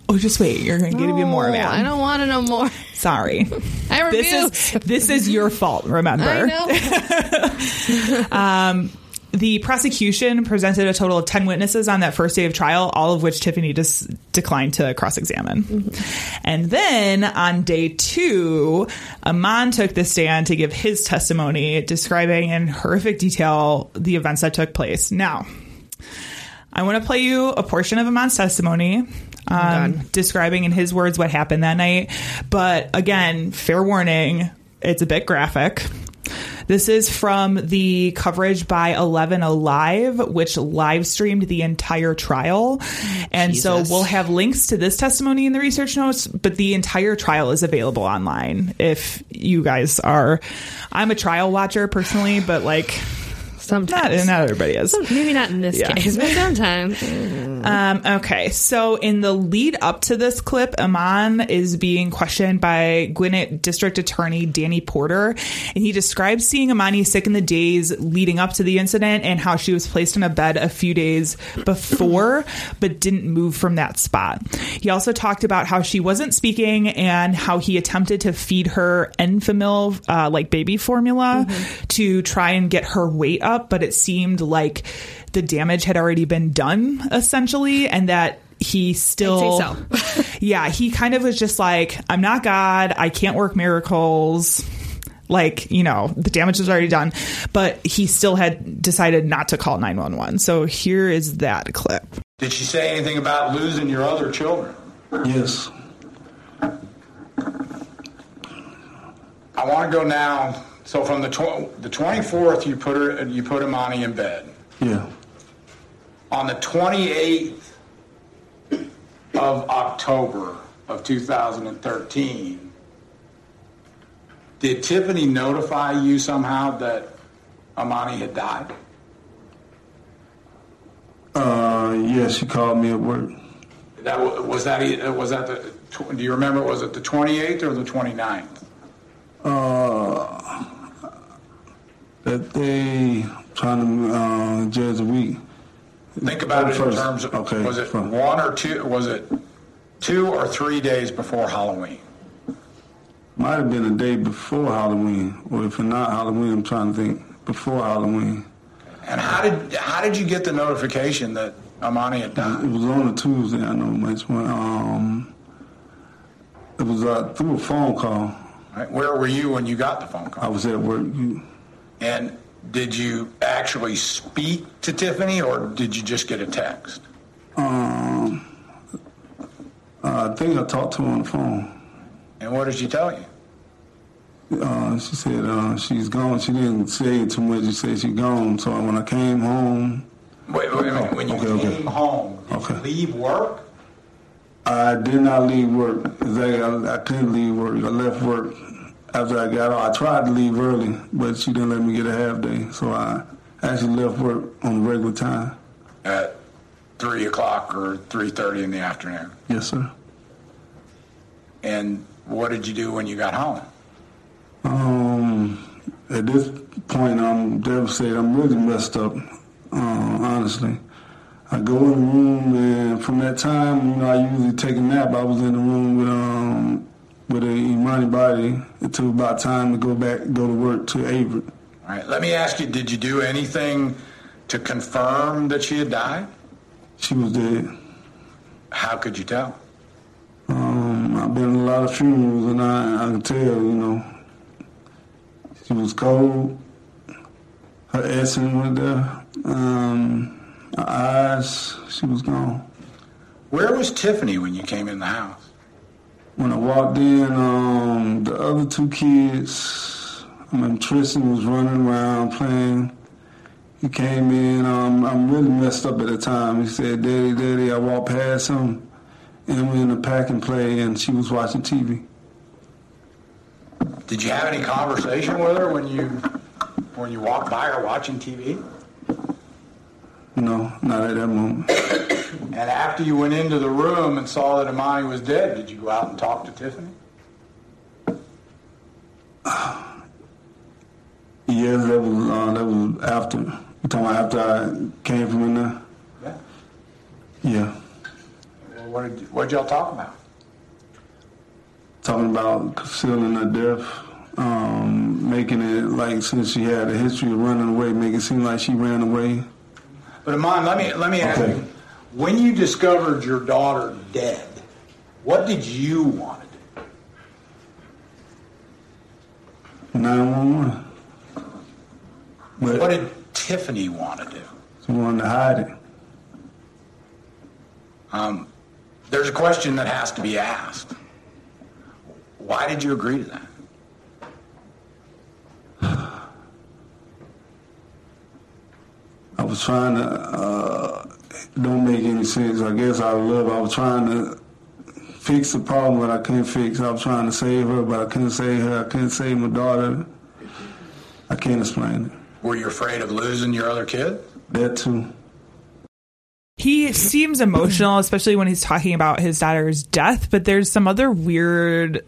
D: Oh, just wait. You're going to give you more, man.
C: Oh, I don't want to know more.
D: Sorry.
C: I
D: This is, this is your fault, remember.
C: I know.
D: Um, the prosecution presented a total of 10 witnesses on that first day of trial, all of which Tiffany just declined to cross examine. And then on day two, Aman took the stand to give his testimony, describing in horrific detail the events that took place. Now, I want to play you a portion of Amon's testimony, um, describing in his words what happened that night. But again, fair warning, it's a bit graphic. This is from the coverage by 11 Alive, which live streamed the entire trial. And so we'll have links to this testimony in the research notes, but the entire trial is available online if you guys are. I'm a trial watcher personally, but like
C: Sometimes.
D: Not, not everybody is.
C: Some- maybe not in this
D: Yeah.
C: case, but sometimes.
D: Um, okay, so in the lead up to this clip, Amon is being questioned by Gwinnett District Attorney Danny Porter, and he describes seeing Amani sick in the days leading up to the incident and how she was placed in a bed a few days before, but didn't move from that spot. He also talked about how she wasn't speaking and how he attempted to feed her Enfamil, uh, like baby formula, to try and get her weight up, but it seemed like the damage had already been done essentially and that he still yeah he kind of was just like i'm not god i can't work miracles like you know the damage was already done but he still had decided not to call 911 so here is that clip
B: Did she say anything about losing your other children? Yes. I want to go now. So from the tw- the 24th, you put her, you put Imani in bed.
E: Yeah.
B: On the 28th of October of 2013, did Tiffany notify you somehow that Amani had died?
E: Uh, yeah, she called me at work.
B: That wa- was that was that the tw- do you remember was it the 28th or the 29th?
E: Uh, that day, trying to uh, judge the week.
B: Think about it in
E: First,
B: terms of
E: okay,
B: was it
E: first.
B: one or two was it two or three days before Halloween?
E: Might have been a day before Halloween, or if not Halloween, I'm trying to think before Halloween.
B: And how did how did you get the notification that Amani had died?
E: It was on a Tuesday. I know much when um, it was uh, through a phone call.
B: Right? Where were you when you got the phone call?
E: I was at work. You,
B: And did you actually speak to Tiffany or did you just get a text?
E: um, I think I talked to her on the phone.
B: And what did she tell you?
E: Uh, she said uh, she's gone. She didn't say too much. She said she's gone. So when I came home,
B: Wait, wait a minute. When you came home, did you leave work?
E: I did not leave work. Exactly, I, I couldn't leave work. I left work after I got out. I tried to leave early, but she didn't let me get a half day. So I actually left work on regular time.
B: At three o'clock or three thirty in the afternoon.
E: Yes, sir.
B: And what did you do when you got home?
E: Um, at this point, I'm devastated. I'm really messed up, uh, honestly. I go in the room, and from that time, you know, I usually take a nap. I was in the room with um with a Imani body until about time to go back go to work to Avery.
B: All right. Let me ask you: Did you do anything to confirm that she had died?
E: She was dead.
B: How could you tell?
E: Um, I've been to a lot of funerals, and I I can tell, you know, she was cold. Her essence went there. Um, her eyes, she was gone.
B: Where was Tiffany when you came in the house?
E: When I walked in, um, the other two kids, I mean, Tristan was running around playing. He came in, um, I'm really messed up at the time. He said, Daddy, Daddy, I walked past him, and we in the pack and play, and she was watching TV.
B: Did you have any conversation with her when you when you walked by her watching TV?
E: No, not at that moment.
B: And after you went into the room and saw that Imani was dead, did you go out and talk to Tiffany?
E: Yes, that was, uh, that was after. You talking about after I came from in there?
B: Yeah.
E: Yeah.
B: Well, What did what did y'all talk about?
E: talking about concealing her death, um, making it like since she had a history of running away, make it seem like she ran away.
B: But Amon, let me let me ask
E: Okay.
B: you: When you discovered your daughter dead, what did you want?
E: 911. But
B: What did Tiffany want to do?
E: she wanted to hide it.
B: Um, there's a question that has to be asked. Why did you agree to that?
E: I was trying to, uh, it don't make any sense. I guess I love, I was trying to fix the problem that I couldn't fix. I was trying to save her, but I couldn't save her. I couldn't save my daughter. I can't explain it. Were you afraid of losing your other kid?
I: That too.
D: He seems emotional, especially when he's talking about his daughter's death, but there's some other weird,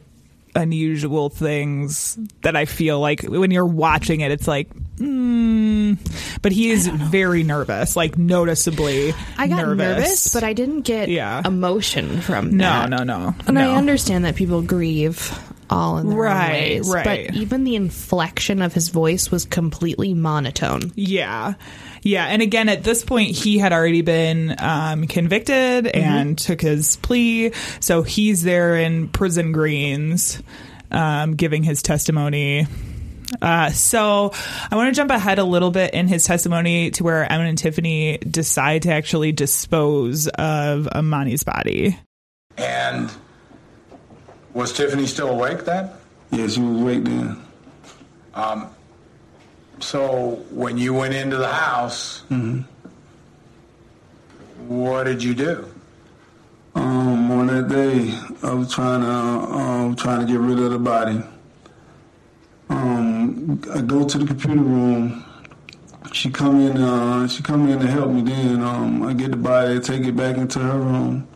D: unusual things that I feel like when you're watching it, it's like, mm. but he is very nervous, like noticeably
C: I got nervous,
D: nervous.
C: but I didn't get
D: Yeah.
C: emotion from
D: No,
C: that.
D: no, no,
C: And
D: no.
C: I understand that people grieve all in their own
D: Right,
C: ways,
D: right.
C: But even the inflection of his voice was completely monotone.
D: Yeah. Yeah. And again, at this point, he had already been um, convicted and took his plea. So he's there in prison greens um, giving his testimony. Uh, so I want to jump ahead a little bit in his testimony to where Emin and Tiffany decide to actually dispose of Amani's body.
E: And was Tiffany still awake then?
I: Yeah, she was awake then.
E: Um, so when you went into the house,
I: hmm
E: what did you do?
I: Um, on that day, I was trying to uh, um, trying to get rid of the body. Um, I go to the computer room. She come in. Uh, she come in to help me. Then um, I get the body, take it back into her room.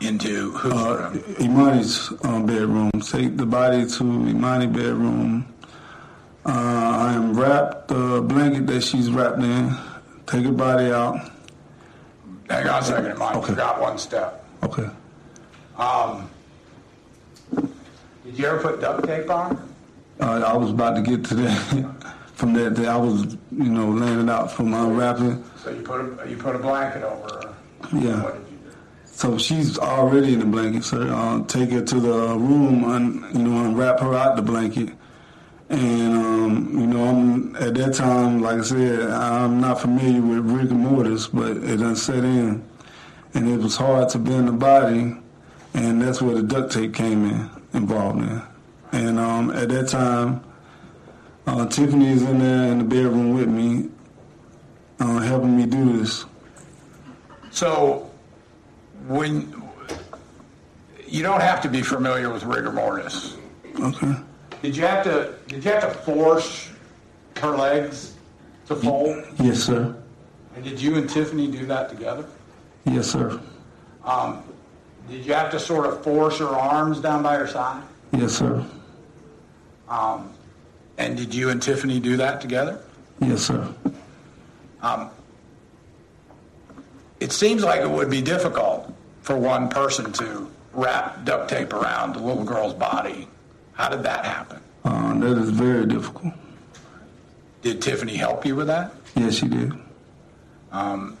E: Into whose room?
I: Imani's uh, bedroom. Take the body to Imani's bedroom. Uh, I unwrap the blanket that she's wrapped in. Take her body out.
E: Hang on a second, Mike. You got one step.
I: Okay.
E: Um, did you ever put duct tape on?
I: Uh, I was about to get to that. from that day, I was, you know, laying it out from unwrapping.
E: So you put a, you put a blanket over her.
I: Yeah. So she's already in the blanket. So uh, take her to the room and you know unwrap her out the blanket. And um, you know, I'm at that time, like I said, I'm not familiar with rigor mortis, but it done set in, and it was hard to bend the body, and that's where the duct tape came in involved in. And um, at that time, uh, Tiffany's in there in the bedroom with me, uh, helping me do this.
E: So when you don't have to be familiar with rigor mortis.
I: Okay.
E: Did you have to did you have to force her legs to fold?
I: Yes, sir.
E: And did you and Tiffany do that together?
I: Yes, sir.
E: Um, did you have to sort of force her arms down by her side?
I: Yes, sir.
E: Um, and did you and Tiffany do that together?
I: Yes, sir.
E: Um, it seems like it would be difficult for one person to wrap duct tape around a little girl's body. How did that happen?
I: Um, that is very difficult.
E: Did Tiffany help you with that?
I: Yes, she did.
E: Um,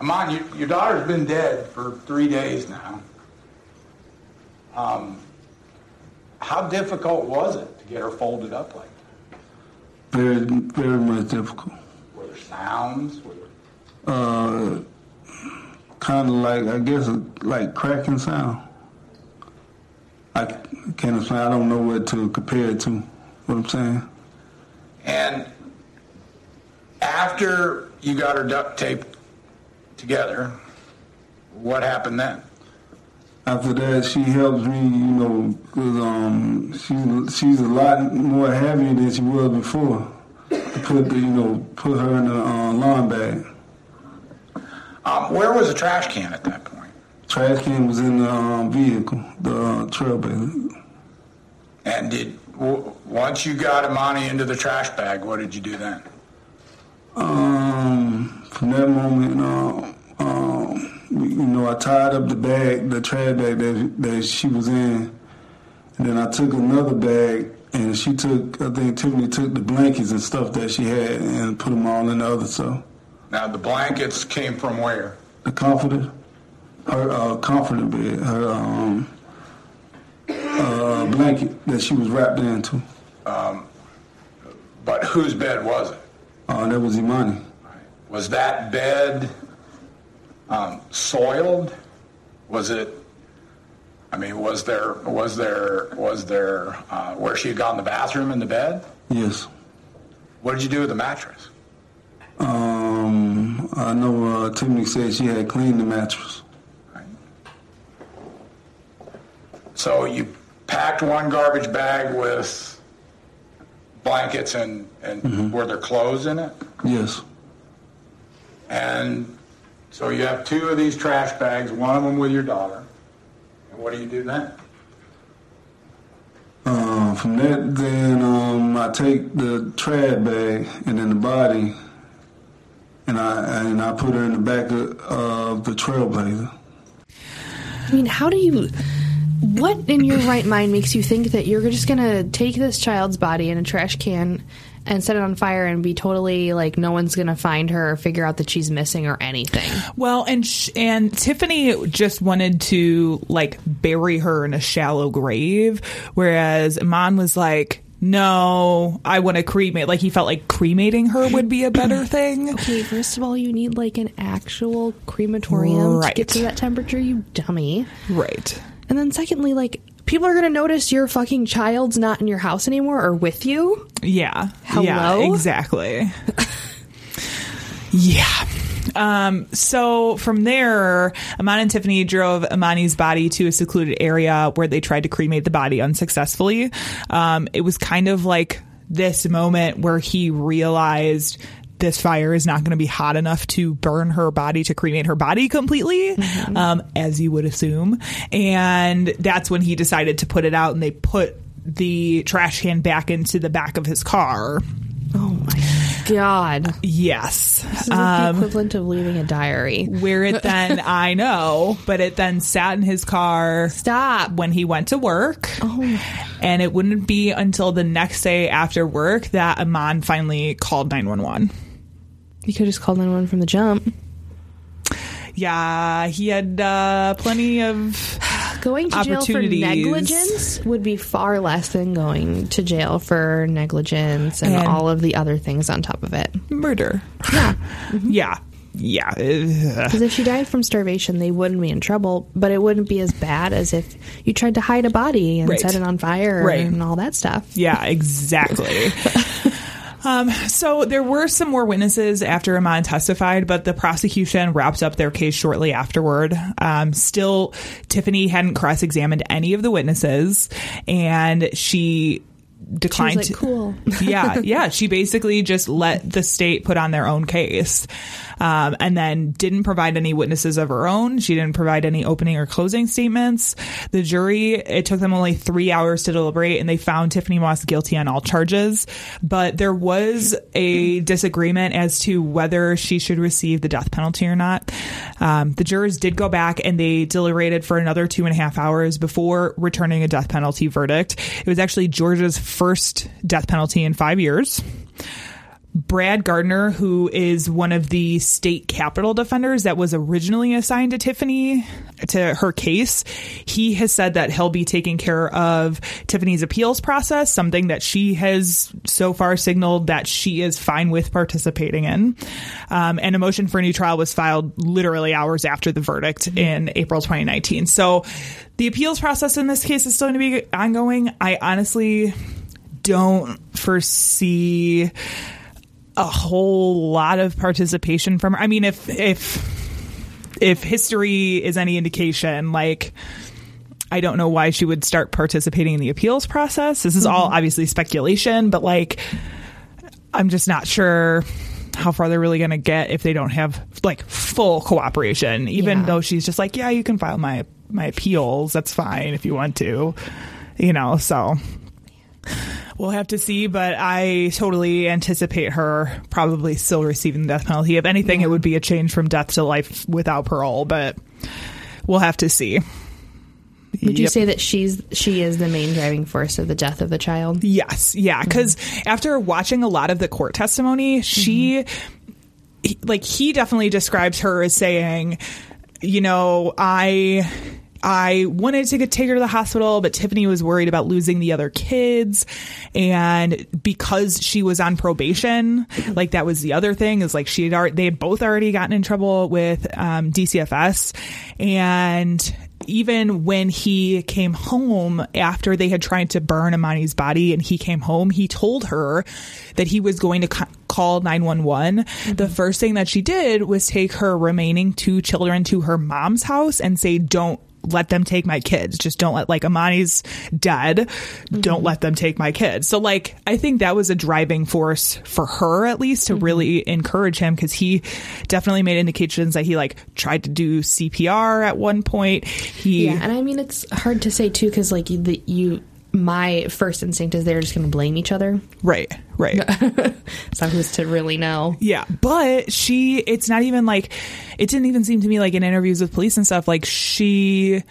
E: Amon, you, your daughter's been dead for three days now. Um, how difficult was it to get her folded up like that?
I: Very, very much difficult.
E: Were there sounds? Were there-
I: Uh, kind of like, I guess, like cracking sound. I can't explain. I don't know what to compare it to. What I'm saying.
E: And after you got her duct taped together, what happened then?
I: After that, she helps me, you know, 'cause, um, she's she's a lot more heavy than she was before. To put the, you know, put her in the uh, lawn bag.
E: Um, where was the trash can at that point?
I: Trash can was in the um, vehicle, the uh, trailblazer.
E: And did w- once you got Imani into the trash bag, what did you do then?
I: Um, from that moment, um, um, you know, I tied up the bag, the trash bag that that she was in, and then I took another bag, and she took, I think Tiffany took the blankets and stuff that she had, and put them all in the other stuff.
E: Now the blankets came from where?
I: The comforter, her uh, comforter bed, her um, uh, blanket that she was wrapped into.
E: Um, but whose bed was it?
I: Uh, that was Imani.
E: Was that bed um, soiled? Was it? I mean, was there was there was there uh, where she had gone to the bathroom in the bed?
I: Yes.
E: What did you do with the mattress?
I: Um, I know uh, Tiffany said she had cleaned the mattress.
E: So you packed one garbage bag with
F: blankets and, and were there clothes in it?
E: Mm-hmm. Yes.
F: And so you have two of these trash bags, one of them with your daughter. And what do you do then?
E: Um, from that, then um, I take the trad bag and then the body, and I and I put her in the back of, of the trailblazer.
C: I mean, how do you. What in your right mind makes you think that you're just going to take this child's body in a trash can and set it on fire and be totally like no one's going to find her or figure out that she's missing or anything?
D: Well, and sh- and Tiffany just wanted to like bury her in a shallow grave, whereas Iman was like, "No, I want to cremate." Like he felt like cremating her would be a better thing.
C: Okay, first of all, you need like an actual crematorium to
D: Right.
C: get to that temperature, you dummy.
D: Right.
C: And then secondly, like people are going to notice your fucking child's not in your house anymore or with you.
D: Yeah. Yeah,
C: Hello?
D: exactly. yeah. Um, so from there, Amon and Tiffany drove Amani's body to a secluded area where they tried to cremate the body unsuccessfully. Um, it was kind of like this moment where he realized this fire is not going to be hot enough to burn her body to cremate her body completely,
C: Mm-hmm.
D: um, as you would assume. And that's when he decided to put it out, and they put the trash can back into the back of his car.
C: Oh God.
D: Yes.
C: This is like
D: Um,
C: the equivalent of leaving a diary.
D: Where it then, I know, but it then sat in his car.
C: Stop. Oh
D: When he went to work. And it wouldn't be until the next day after work that Amon finally called 911.
C: You could have just called 911 from the jump.
D: Yeah, he had uh, plenty of
C: Going to jail for
D: opportunities.
C: negligence would be far less than going to jail for negligence and,
D: And-
C: all of the other things on top of it.
D: Murder. Yeah. Yeah. Yeah.
C: Because if she died from starvation, they wouldn't be in trouble, but it wouldn't be as bad as if you tried to hide a body and
D: Right.
C: set it on fire
D: Right.
C: and all that stuff.
D: Yeah, exactly. Um, so there were some more witnesses after Amon testified, but the prosecution wrapped up their case shortly afterward. Um, still, Tiffany hadn't cross examined any of the witnesses, and she declined
C: like,
D: to.
C: "Cool."
D: yeah, yeah. She basically just let the state put on their own case, um, and then didn't provide any witnesses of her own. She didn't provide any opening or closing statements. The jury it took them only three hours to deliberate, and they found Tiffany Moss guilty on all charges. But there was a disagreement as to whether she should receive the death penalty or not. Um, the jurors did go back and they deliberated for another two and a half hours before returning a death penalty verdict. It was actually Georgia's first death penalty in five years. Brad Gardner, who is one of the state capital defenders that was originally assigned to Tiffany to her case, he has said that he'll be taking care of Tiffany's appeals process, something that she has so far signaled that she is fine with participating in. Um, and a motion for a new trial was filed literally hours after the verdict in April 2019. So the appeals process in this case is still going to be ongoing. I honestly don't foresee a whole lot of participation from her. I mean, if if if history is any indication, like I don't know why she would start participating in the appeals process. This is all obviously speculation, but like I'm just not sure how far they're really going to get if they don't have like full cooperation. Even though she's just like, yeah, you can file my my appeals. That's fine if you want to. You know, so We'll have to see, but I totally anticipate her probably still receiving the death penalty. If anything, it would be a change from death to life without parole, but we'll have to see.
C: Would you
D: Yep.
C: say that she's she is the main driving force of the death of the child?
D: Yes, yeah, because after watching a lot of the court testimony, she, he- like, he definitely describes her as saying, you know, I. I wanted to get, take her to the hospital, but Tiffany was worried about losing the other kids. And because she was on probation, like that was the other thing is like she had already, they had both already gotten in trouble with um, DCFS. And even when he came home after they had tried to burn Amani's body and he came home, he told her that he was going to ca- call 911.
C: Mm-hmm.
D: The first thing that she did was take her remaining two children to her mom's house and say, Don't let them take my kids. Just don't let like Amani's dead.
C: Mm-hmm.
D: Don't let them take my kids. So like I think that was a driving force for her at least
C: Mm-hmm.
D: to really encourage him because he definitely made indications that he like tried to do CPR at one point. He
C: yeah, and I mean it's hard to say too because like you- the, you, my first instinct is they're just going to blame each other.
D: Right, right.
C: so who's to really know?
D: Yeah, but she it's not even like it didn't even seem to me like in interviews with police and stuff like she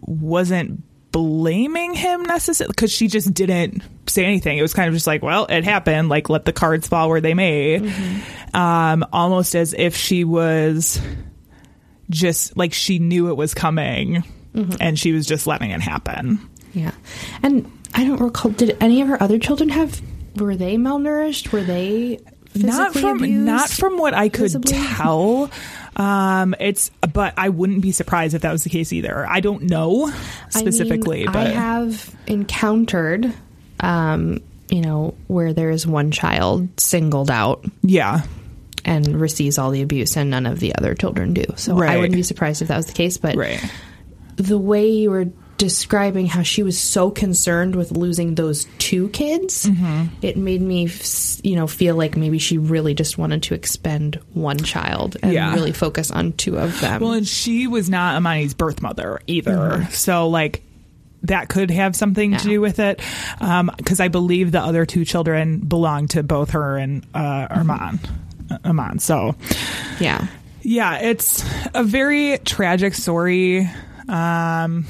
D: wasn't blaming him necessarily cuz she just didn't say anything. It was kind of just like, well, it happened, like let the cards fall where they may. Um almost as if she was just like she knew it was coming
C: Mhm.
D: and she was just letting it happen.
C: Yeah, and I don't recall. Did any of her other children have? Were they malnourished? Were they physically
D: not from
C: abused?
D: not from what I could
C: Visibly?
D: tell. Um, it's but I wouldn't be surprised if that was the case either. I don't know
C: I mean,
D: specifically,
C: I,
D: but
C: have encountered, um, you know, where there is one child singled out,
D: yeah,
C: and receives all the abuse, and none of the other children do. So I
D: Right.
C: wouldn't be surprised if that was the case. But
D: Right.
C: the way you were describing how she was so concerned with losing those two kids,
D: Mm-hmm.
C: it made me, f- you know, feel like maybe she really just wanted to expend one child and
D: Yeah.
C: really focus on two of them.
D: well, and she was not Amani's birth mother either,
C: Mhm.
D: so like that could have something to do with it because I believe the other two children belong to both her and uh,
C: Mm-hmm.
D: Armand. Amon, so
C: yeah,
D: yeah, it's a very tragic story. Um,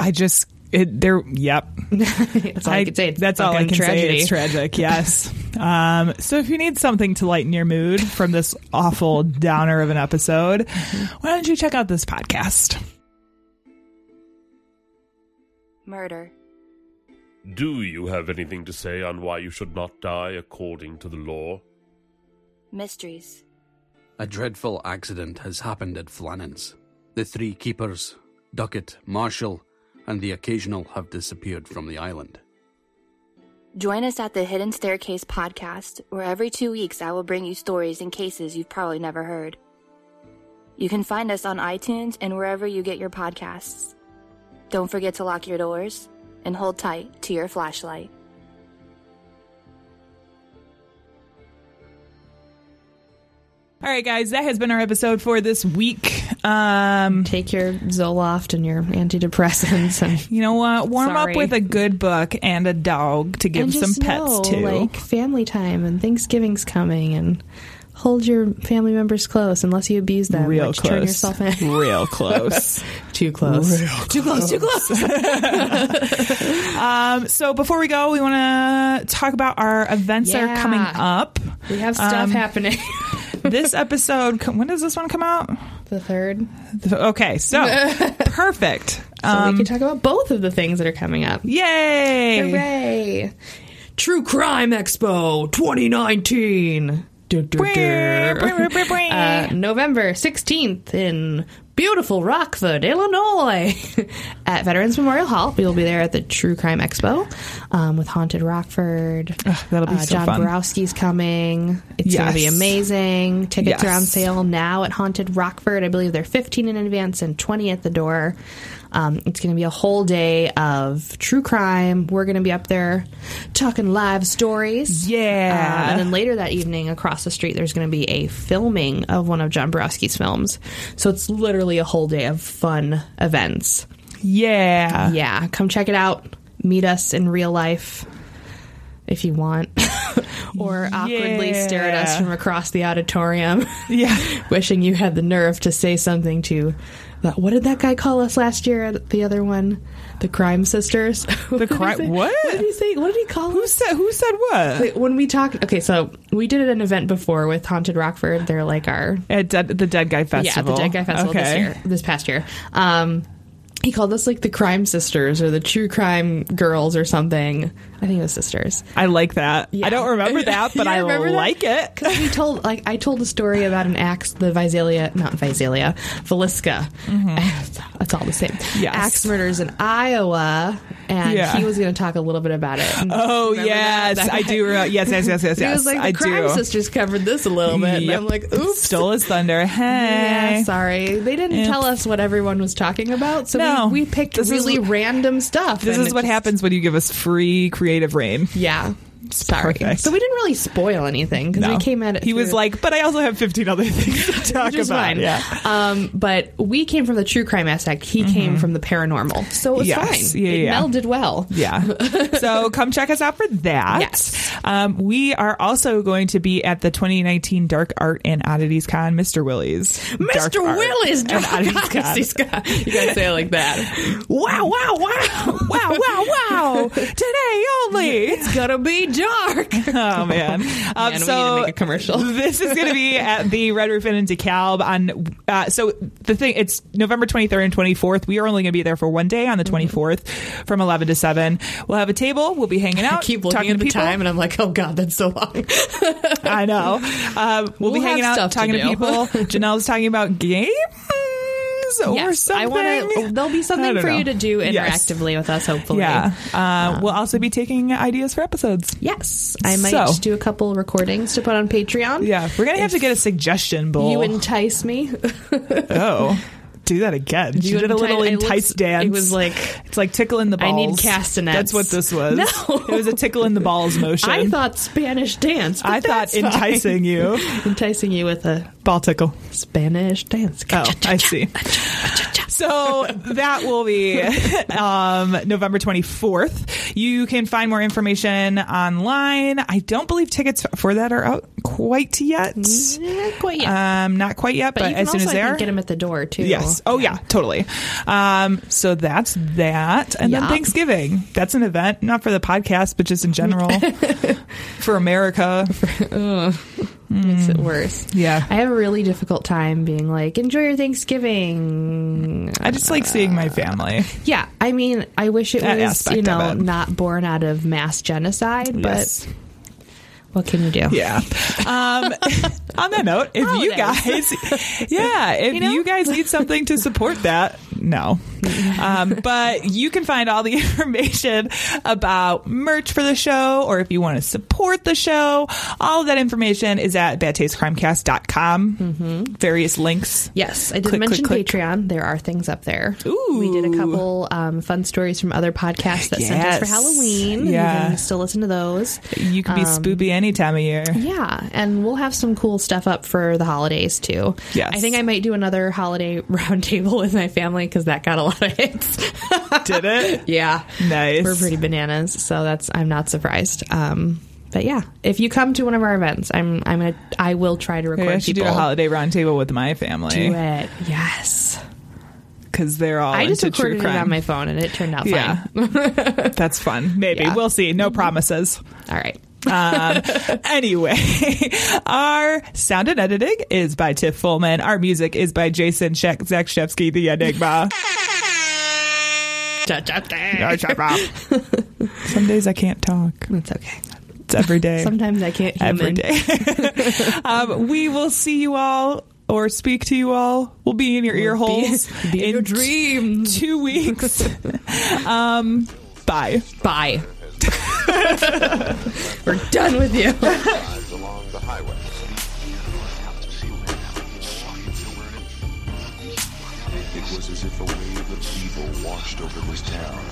D: I just it there. Yep,
C: that's all I, could say. It's
D: that's all I
C: fucking
D: can
C: tragedy.
D: say. It's tragic. Yes. um, so if you need something to lighten your mood from this awful downer of an episode, why don't you check out this podcast?
J: Murder.
K: Do you have anything to say on why you should not die according to the law?
J: Mysteries.
L: A dreadful accident has happened at Flannan's. The three keepers, Duckett, Marshall, and the occasional have disappeared from the island.
J: Join us at the Hidden Staircase podcast, where every two weeks I will bring you stories and cases you've probably never heard. You can find us on iTunes and wherever you get your podcasts. Don't forget to lock your doors and hold tight to your flashlight.
D: All right, guys, that has been our episode for this week. Um,
C: Take your Zoloft and your antidepressants, and
D: you know what? Warm
C: Sorry.
D: up with a good book and a dog to give
C: and
D: some
C: just
D: pets
C: know,
D: to.
C: like family time and Thanksgiving's coming, and hold your family members close unless you abuse them.
D: Real
C: which
D: close.
C: uh, Turn yourself in.
D: Real close.
C: too close.
D: Real
C: Too close. Too close.
D: um, so before we go, we want to talk about our events that are
C: Yeah.
D: coming up.
C: We have stuff
D: Um,
C: happening.
D: this episode, co- when does this one come out?
C: The third.
D: Okay, so perfect. Um,
C: So we can talk about both of the things that are coming up.
D: Yay!
C: Hooray! True Crime Expo 2019. Du- du- du. Uh, November 16th in beautiful Rockford, Illinois, at Veterans Memorial Hall. We will be there at the True Crime Expo um, with Haunted Rockford.
D: that'll be
C: uh,
D: so
C: John
D: fun.
C: Borowski's coming. It's going to be
D: Yes.
C: amazing. Tickets are on
D: Yes.
C: sale now at Haunted Rockford. I believe they're 15 in advance and 20 at the door. Um, it's going to be a whole day of true crime. We're going to be up there talking live stories.
D: Yeah.
C: Um, and then later that evening, across the street, there's going to be a filming of one of John Borowski's films. So it's literally a whole day of fun events.
D: Yeah.
C: Yeah. Come check it out. Meet us in real life if you want. or awkwardly stare at us
D: Yeah.
C: from across the auditorium.
D: Yeah.
C: wishing you had the nerve to say something to that. What did that guy call us last year? The other one? The crime sisters? The
D: cri- what?
C: What did he say? What did he call
D: Who said? Who said what?
C: Wait, when we talked, okay, so we did an event before with Haunted Rockford. They're like our
D: At Dead, the Dead Guy Festival.
C: yeah, the Dead Guy Festival this
D: Okay.
C: year, this past year. Um, he called us like the Crime Sisters or the True Crime Girls or something. I I think it was sisters.
D: I like that. I don't remember that, but I like it.
C: Because we told, like, I told a story about an axe, the Visalia, not Visalia, Velisca. It's all the same.
D: Mm-hmm. Yes.
C: Axe murders in Iowa, and
D: Yeah.
C: he was going to talk a little bit about it.
D: Oh yes, I do. Re- yes, yes, yes, yes,
C: He
D: yes.
C: was like, the
D: I
C: crime
D: do.
C: sisters covered this a little bit, and
D: Yep.
C: I'm like, oops.
D: Stole his thunder. Hey,
C: Yeah, sorry. They didn't
D: Yeah.
C: tell us what everyone was talking about, so
D: No.
C: we, we picked
D: This is-
C: really random stuff.
D: This
C: and
D: is
C: it
D: what
C: just-
D: happens when you give us free creative reign.
C: Yeah. Sorry.
D: Perfect.
C: So we didn't really spoil anything because
D: No.
C: we came at it.
D: He was
C: through-
D: like, but I also have 15 other things to talk
C: which is
D: about.
C: fine.
D: Yeah. Mm-hmm.
C: Um, but we came from the true crime aspect. He came from the paranormal, so it was
D: Yes.
C: fine.
D: Yeah,
C: it
D: yeah.
C: melded well.
D: Yeah. so come check us out for that. Yes. Um, we are also going to be at the 2019 Dark Art and Oddities Con, Mr. Willie's. Dark
C: Mr.
D: Art
C: Willis,
D: and
C: Dark
D: Oddities Con.
C: Odyssey Scott. You gotta say it like that.
D: Wow, wow, wow. Wow, wow, wow. Today only.
C: It's gonna be dark.
D: Oh, man. Um,
C: Man, we
D: so
C: need to make a commercial.
D: this is going to be at the Red Roof Inn in DeKalb on. Uh, so the thing, it's November 23rd and 24th. We are only going to be there for one day
C: Mm-hmm.
D: on the 24th from 11 to 7. We'll have a table. We'll be hanging out.
C: I keep looking
D: talking
C: at
D: to
C: the
D: people.
C: time, and I'm like, oh god, that's so long.
D: I know. Um, we'll, be
C: We'll
D: hanging
C: have stuff
D: out,
C: to
D: talking to,
C: do.
D: people. Janelle's talking about games or
C: Yes, I
D: something.
C: wanna- there'll be something
D: I don't
C: for
D: know.
C: you to do
D: Yes.
C: interactively with us, hopefully. Um,
D: Yeah. Uh, we'll also be taking ideas for episodes.
C: Yes. I might
D: So-
C: do a couple recordings to put on Patreon.
D: Yeah. We're going to have to get a suggestion bowl.
C: You entice me.
D: oh. Do that again. She
C: You
D: did a little
C: enti- I
D: entice
C: looked-
D: dance.
C: it was like-
D: it's like tickling the
C: I
D: balls.
C: need castanets.
D: That's what this was.
C: No.
D: it was a tickle in the balls motion.
C: I thought Spanish dance. but
D: I thought
C: that's fine.
D: enticing you.
C: enticing you with a
D: ball tickle.
C: Spanish dance.
D: Oh, I see. So that will be um, November 24th. You can find more information online. I don't believe tickets for that are out quite yet.
C: Not quite yet.
D: Um, not quite yet, but,
C: but you can
D: as soon
C: also,
D: as
C: I
D: they
C: think,
D: are,
C: get them at the door too.
D: Yes. Oh yeah, totally. Um, so that's that, and then
C: Yeah.
D: Thanksgiving. That's an event, not for the podcast, but just in general for America.
C: makes
D: Mm.
C: it worse.
D: Yeah,
C: I have a really difficult time being like, enjoy your Thanksgiving.
D: I just like seeing my family.
C: Yeah, I mean, I wish it
D: That
C: was
D: aspect
C: you
D: of
C: know
D: it.
C: not born out of mass genocide,
D: Yes.
C: but what can you do?
D: Yeah. Um, on that note, if you guys, yeah, if you, guys need something to support that, no. Um, but you can find all the information about merch for the show, or if you want to support the show, all of that information is at badtastecrimecast.com.
C: Mm-hmm.
D: Various links.
C: Yes, I did
D: Click, click,
C: mention
D: click.
C: Patreon. There are things up there. We did a couple um, fun stories from other podcasts that sent us for
D: Yes.
C: Halloween. You can
D: Yes.
C: still listen to those.
D: You can be
C: Um,
D: spoopy any time of year.
C: Yeah, and we'll have some cool stuff up for the holidays too.
D: Yes.
C: I think I might do another holiday roundtable with my family because that got a lot of hits.
D: Did it?
C: yeah,
D: Nice.
C: we're pretty bananas, so that's I'm not surprised. Um, but yeah, if you come to one of our events, I'm I'm gonna I will try to record
D: Maybe I should
C: people.
D: do a holiday roundtable with my family.
C: Do it, yes.
D: because they're all.
C: I just
D: into true
C: recorded it
D: crime.
C: on my phone and it turned out fine.
D: Yeah. That's fun. Maybe.
C: Yeah.
D: We'll see. No promises.
C: All right.
D: um, anyway, our sound and editing is by Tiff Fullman. Our music is by Jason Shek- Zakshevsky, the Enigma. Some days I can't talk.
C: That's okay.
D: It's every day.
C: Sometimes I can't. Human.
D: Every day. um, we will see you all or speak to you all. We'll be in your ear holes.
C: be in your
D: t-
C: dreams.
D: Two weeks. um, bye.
C: Bye. We're done with you.
B: drives along the highway. It was as if a wave of evil washed over this town.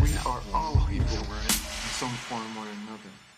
A: We are all evil in some form or another.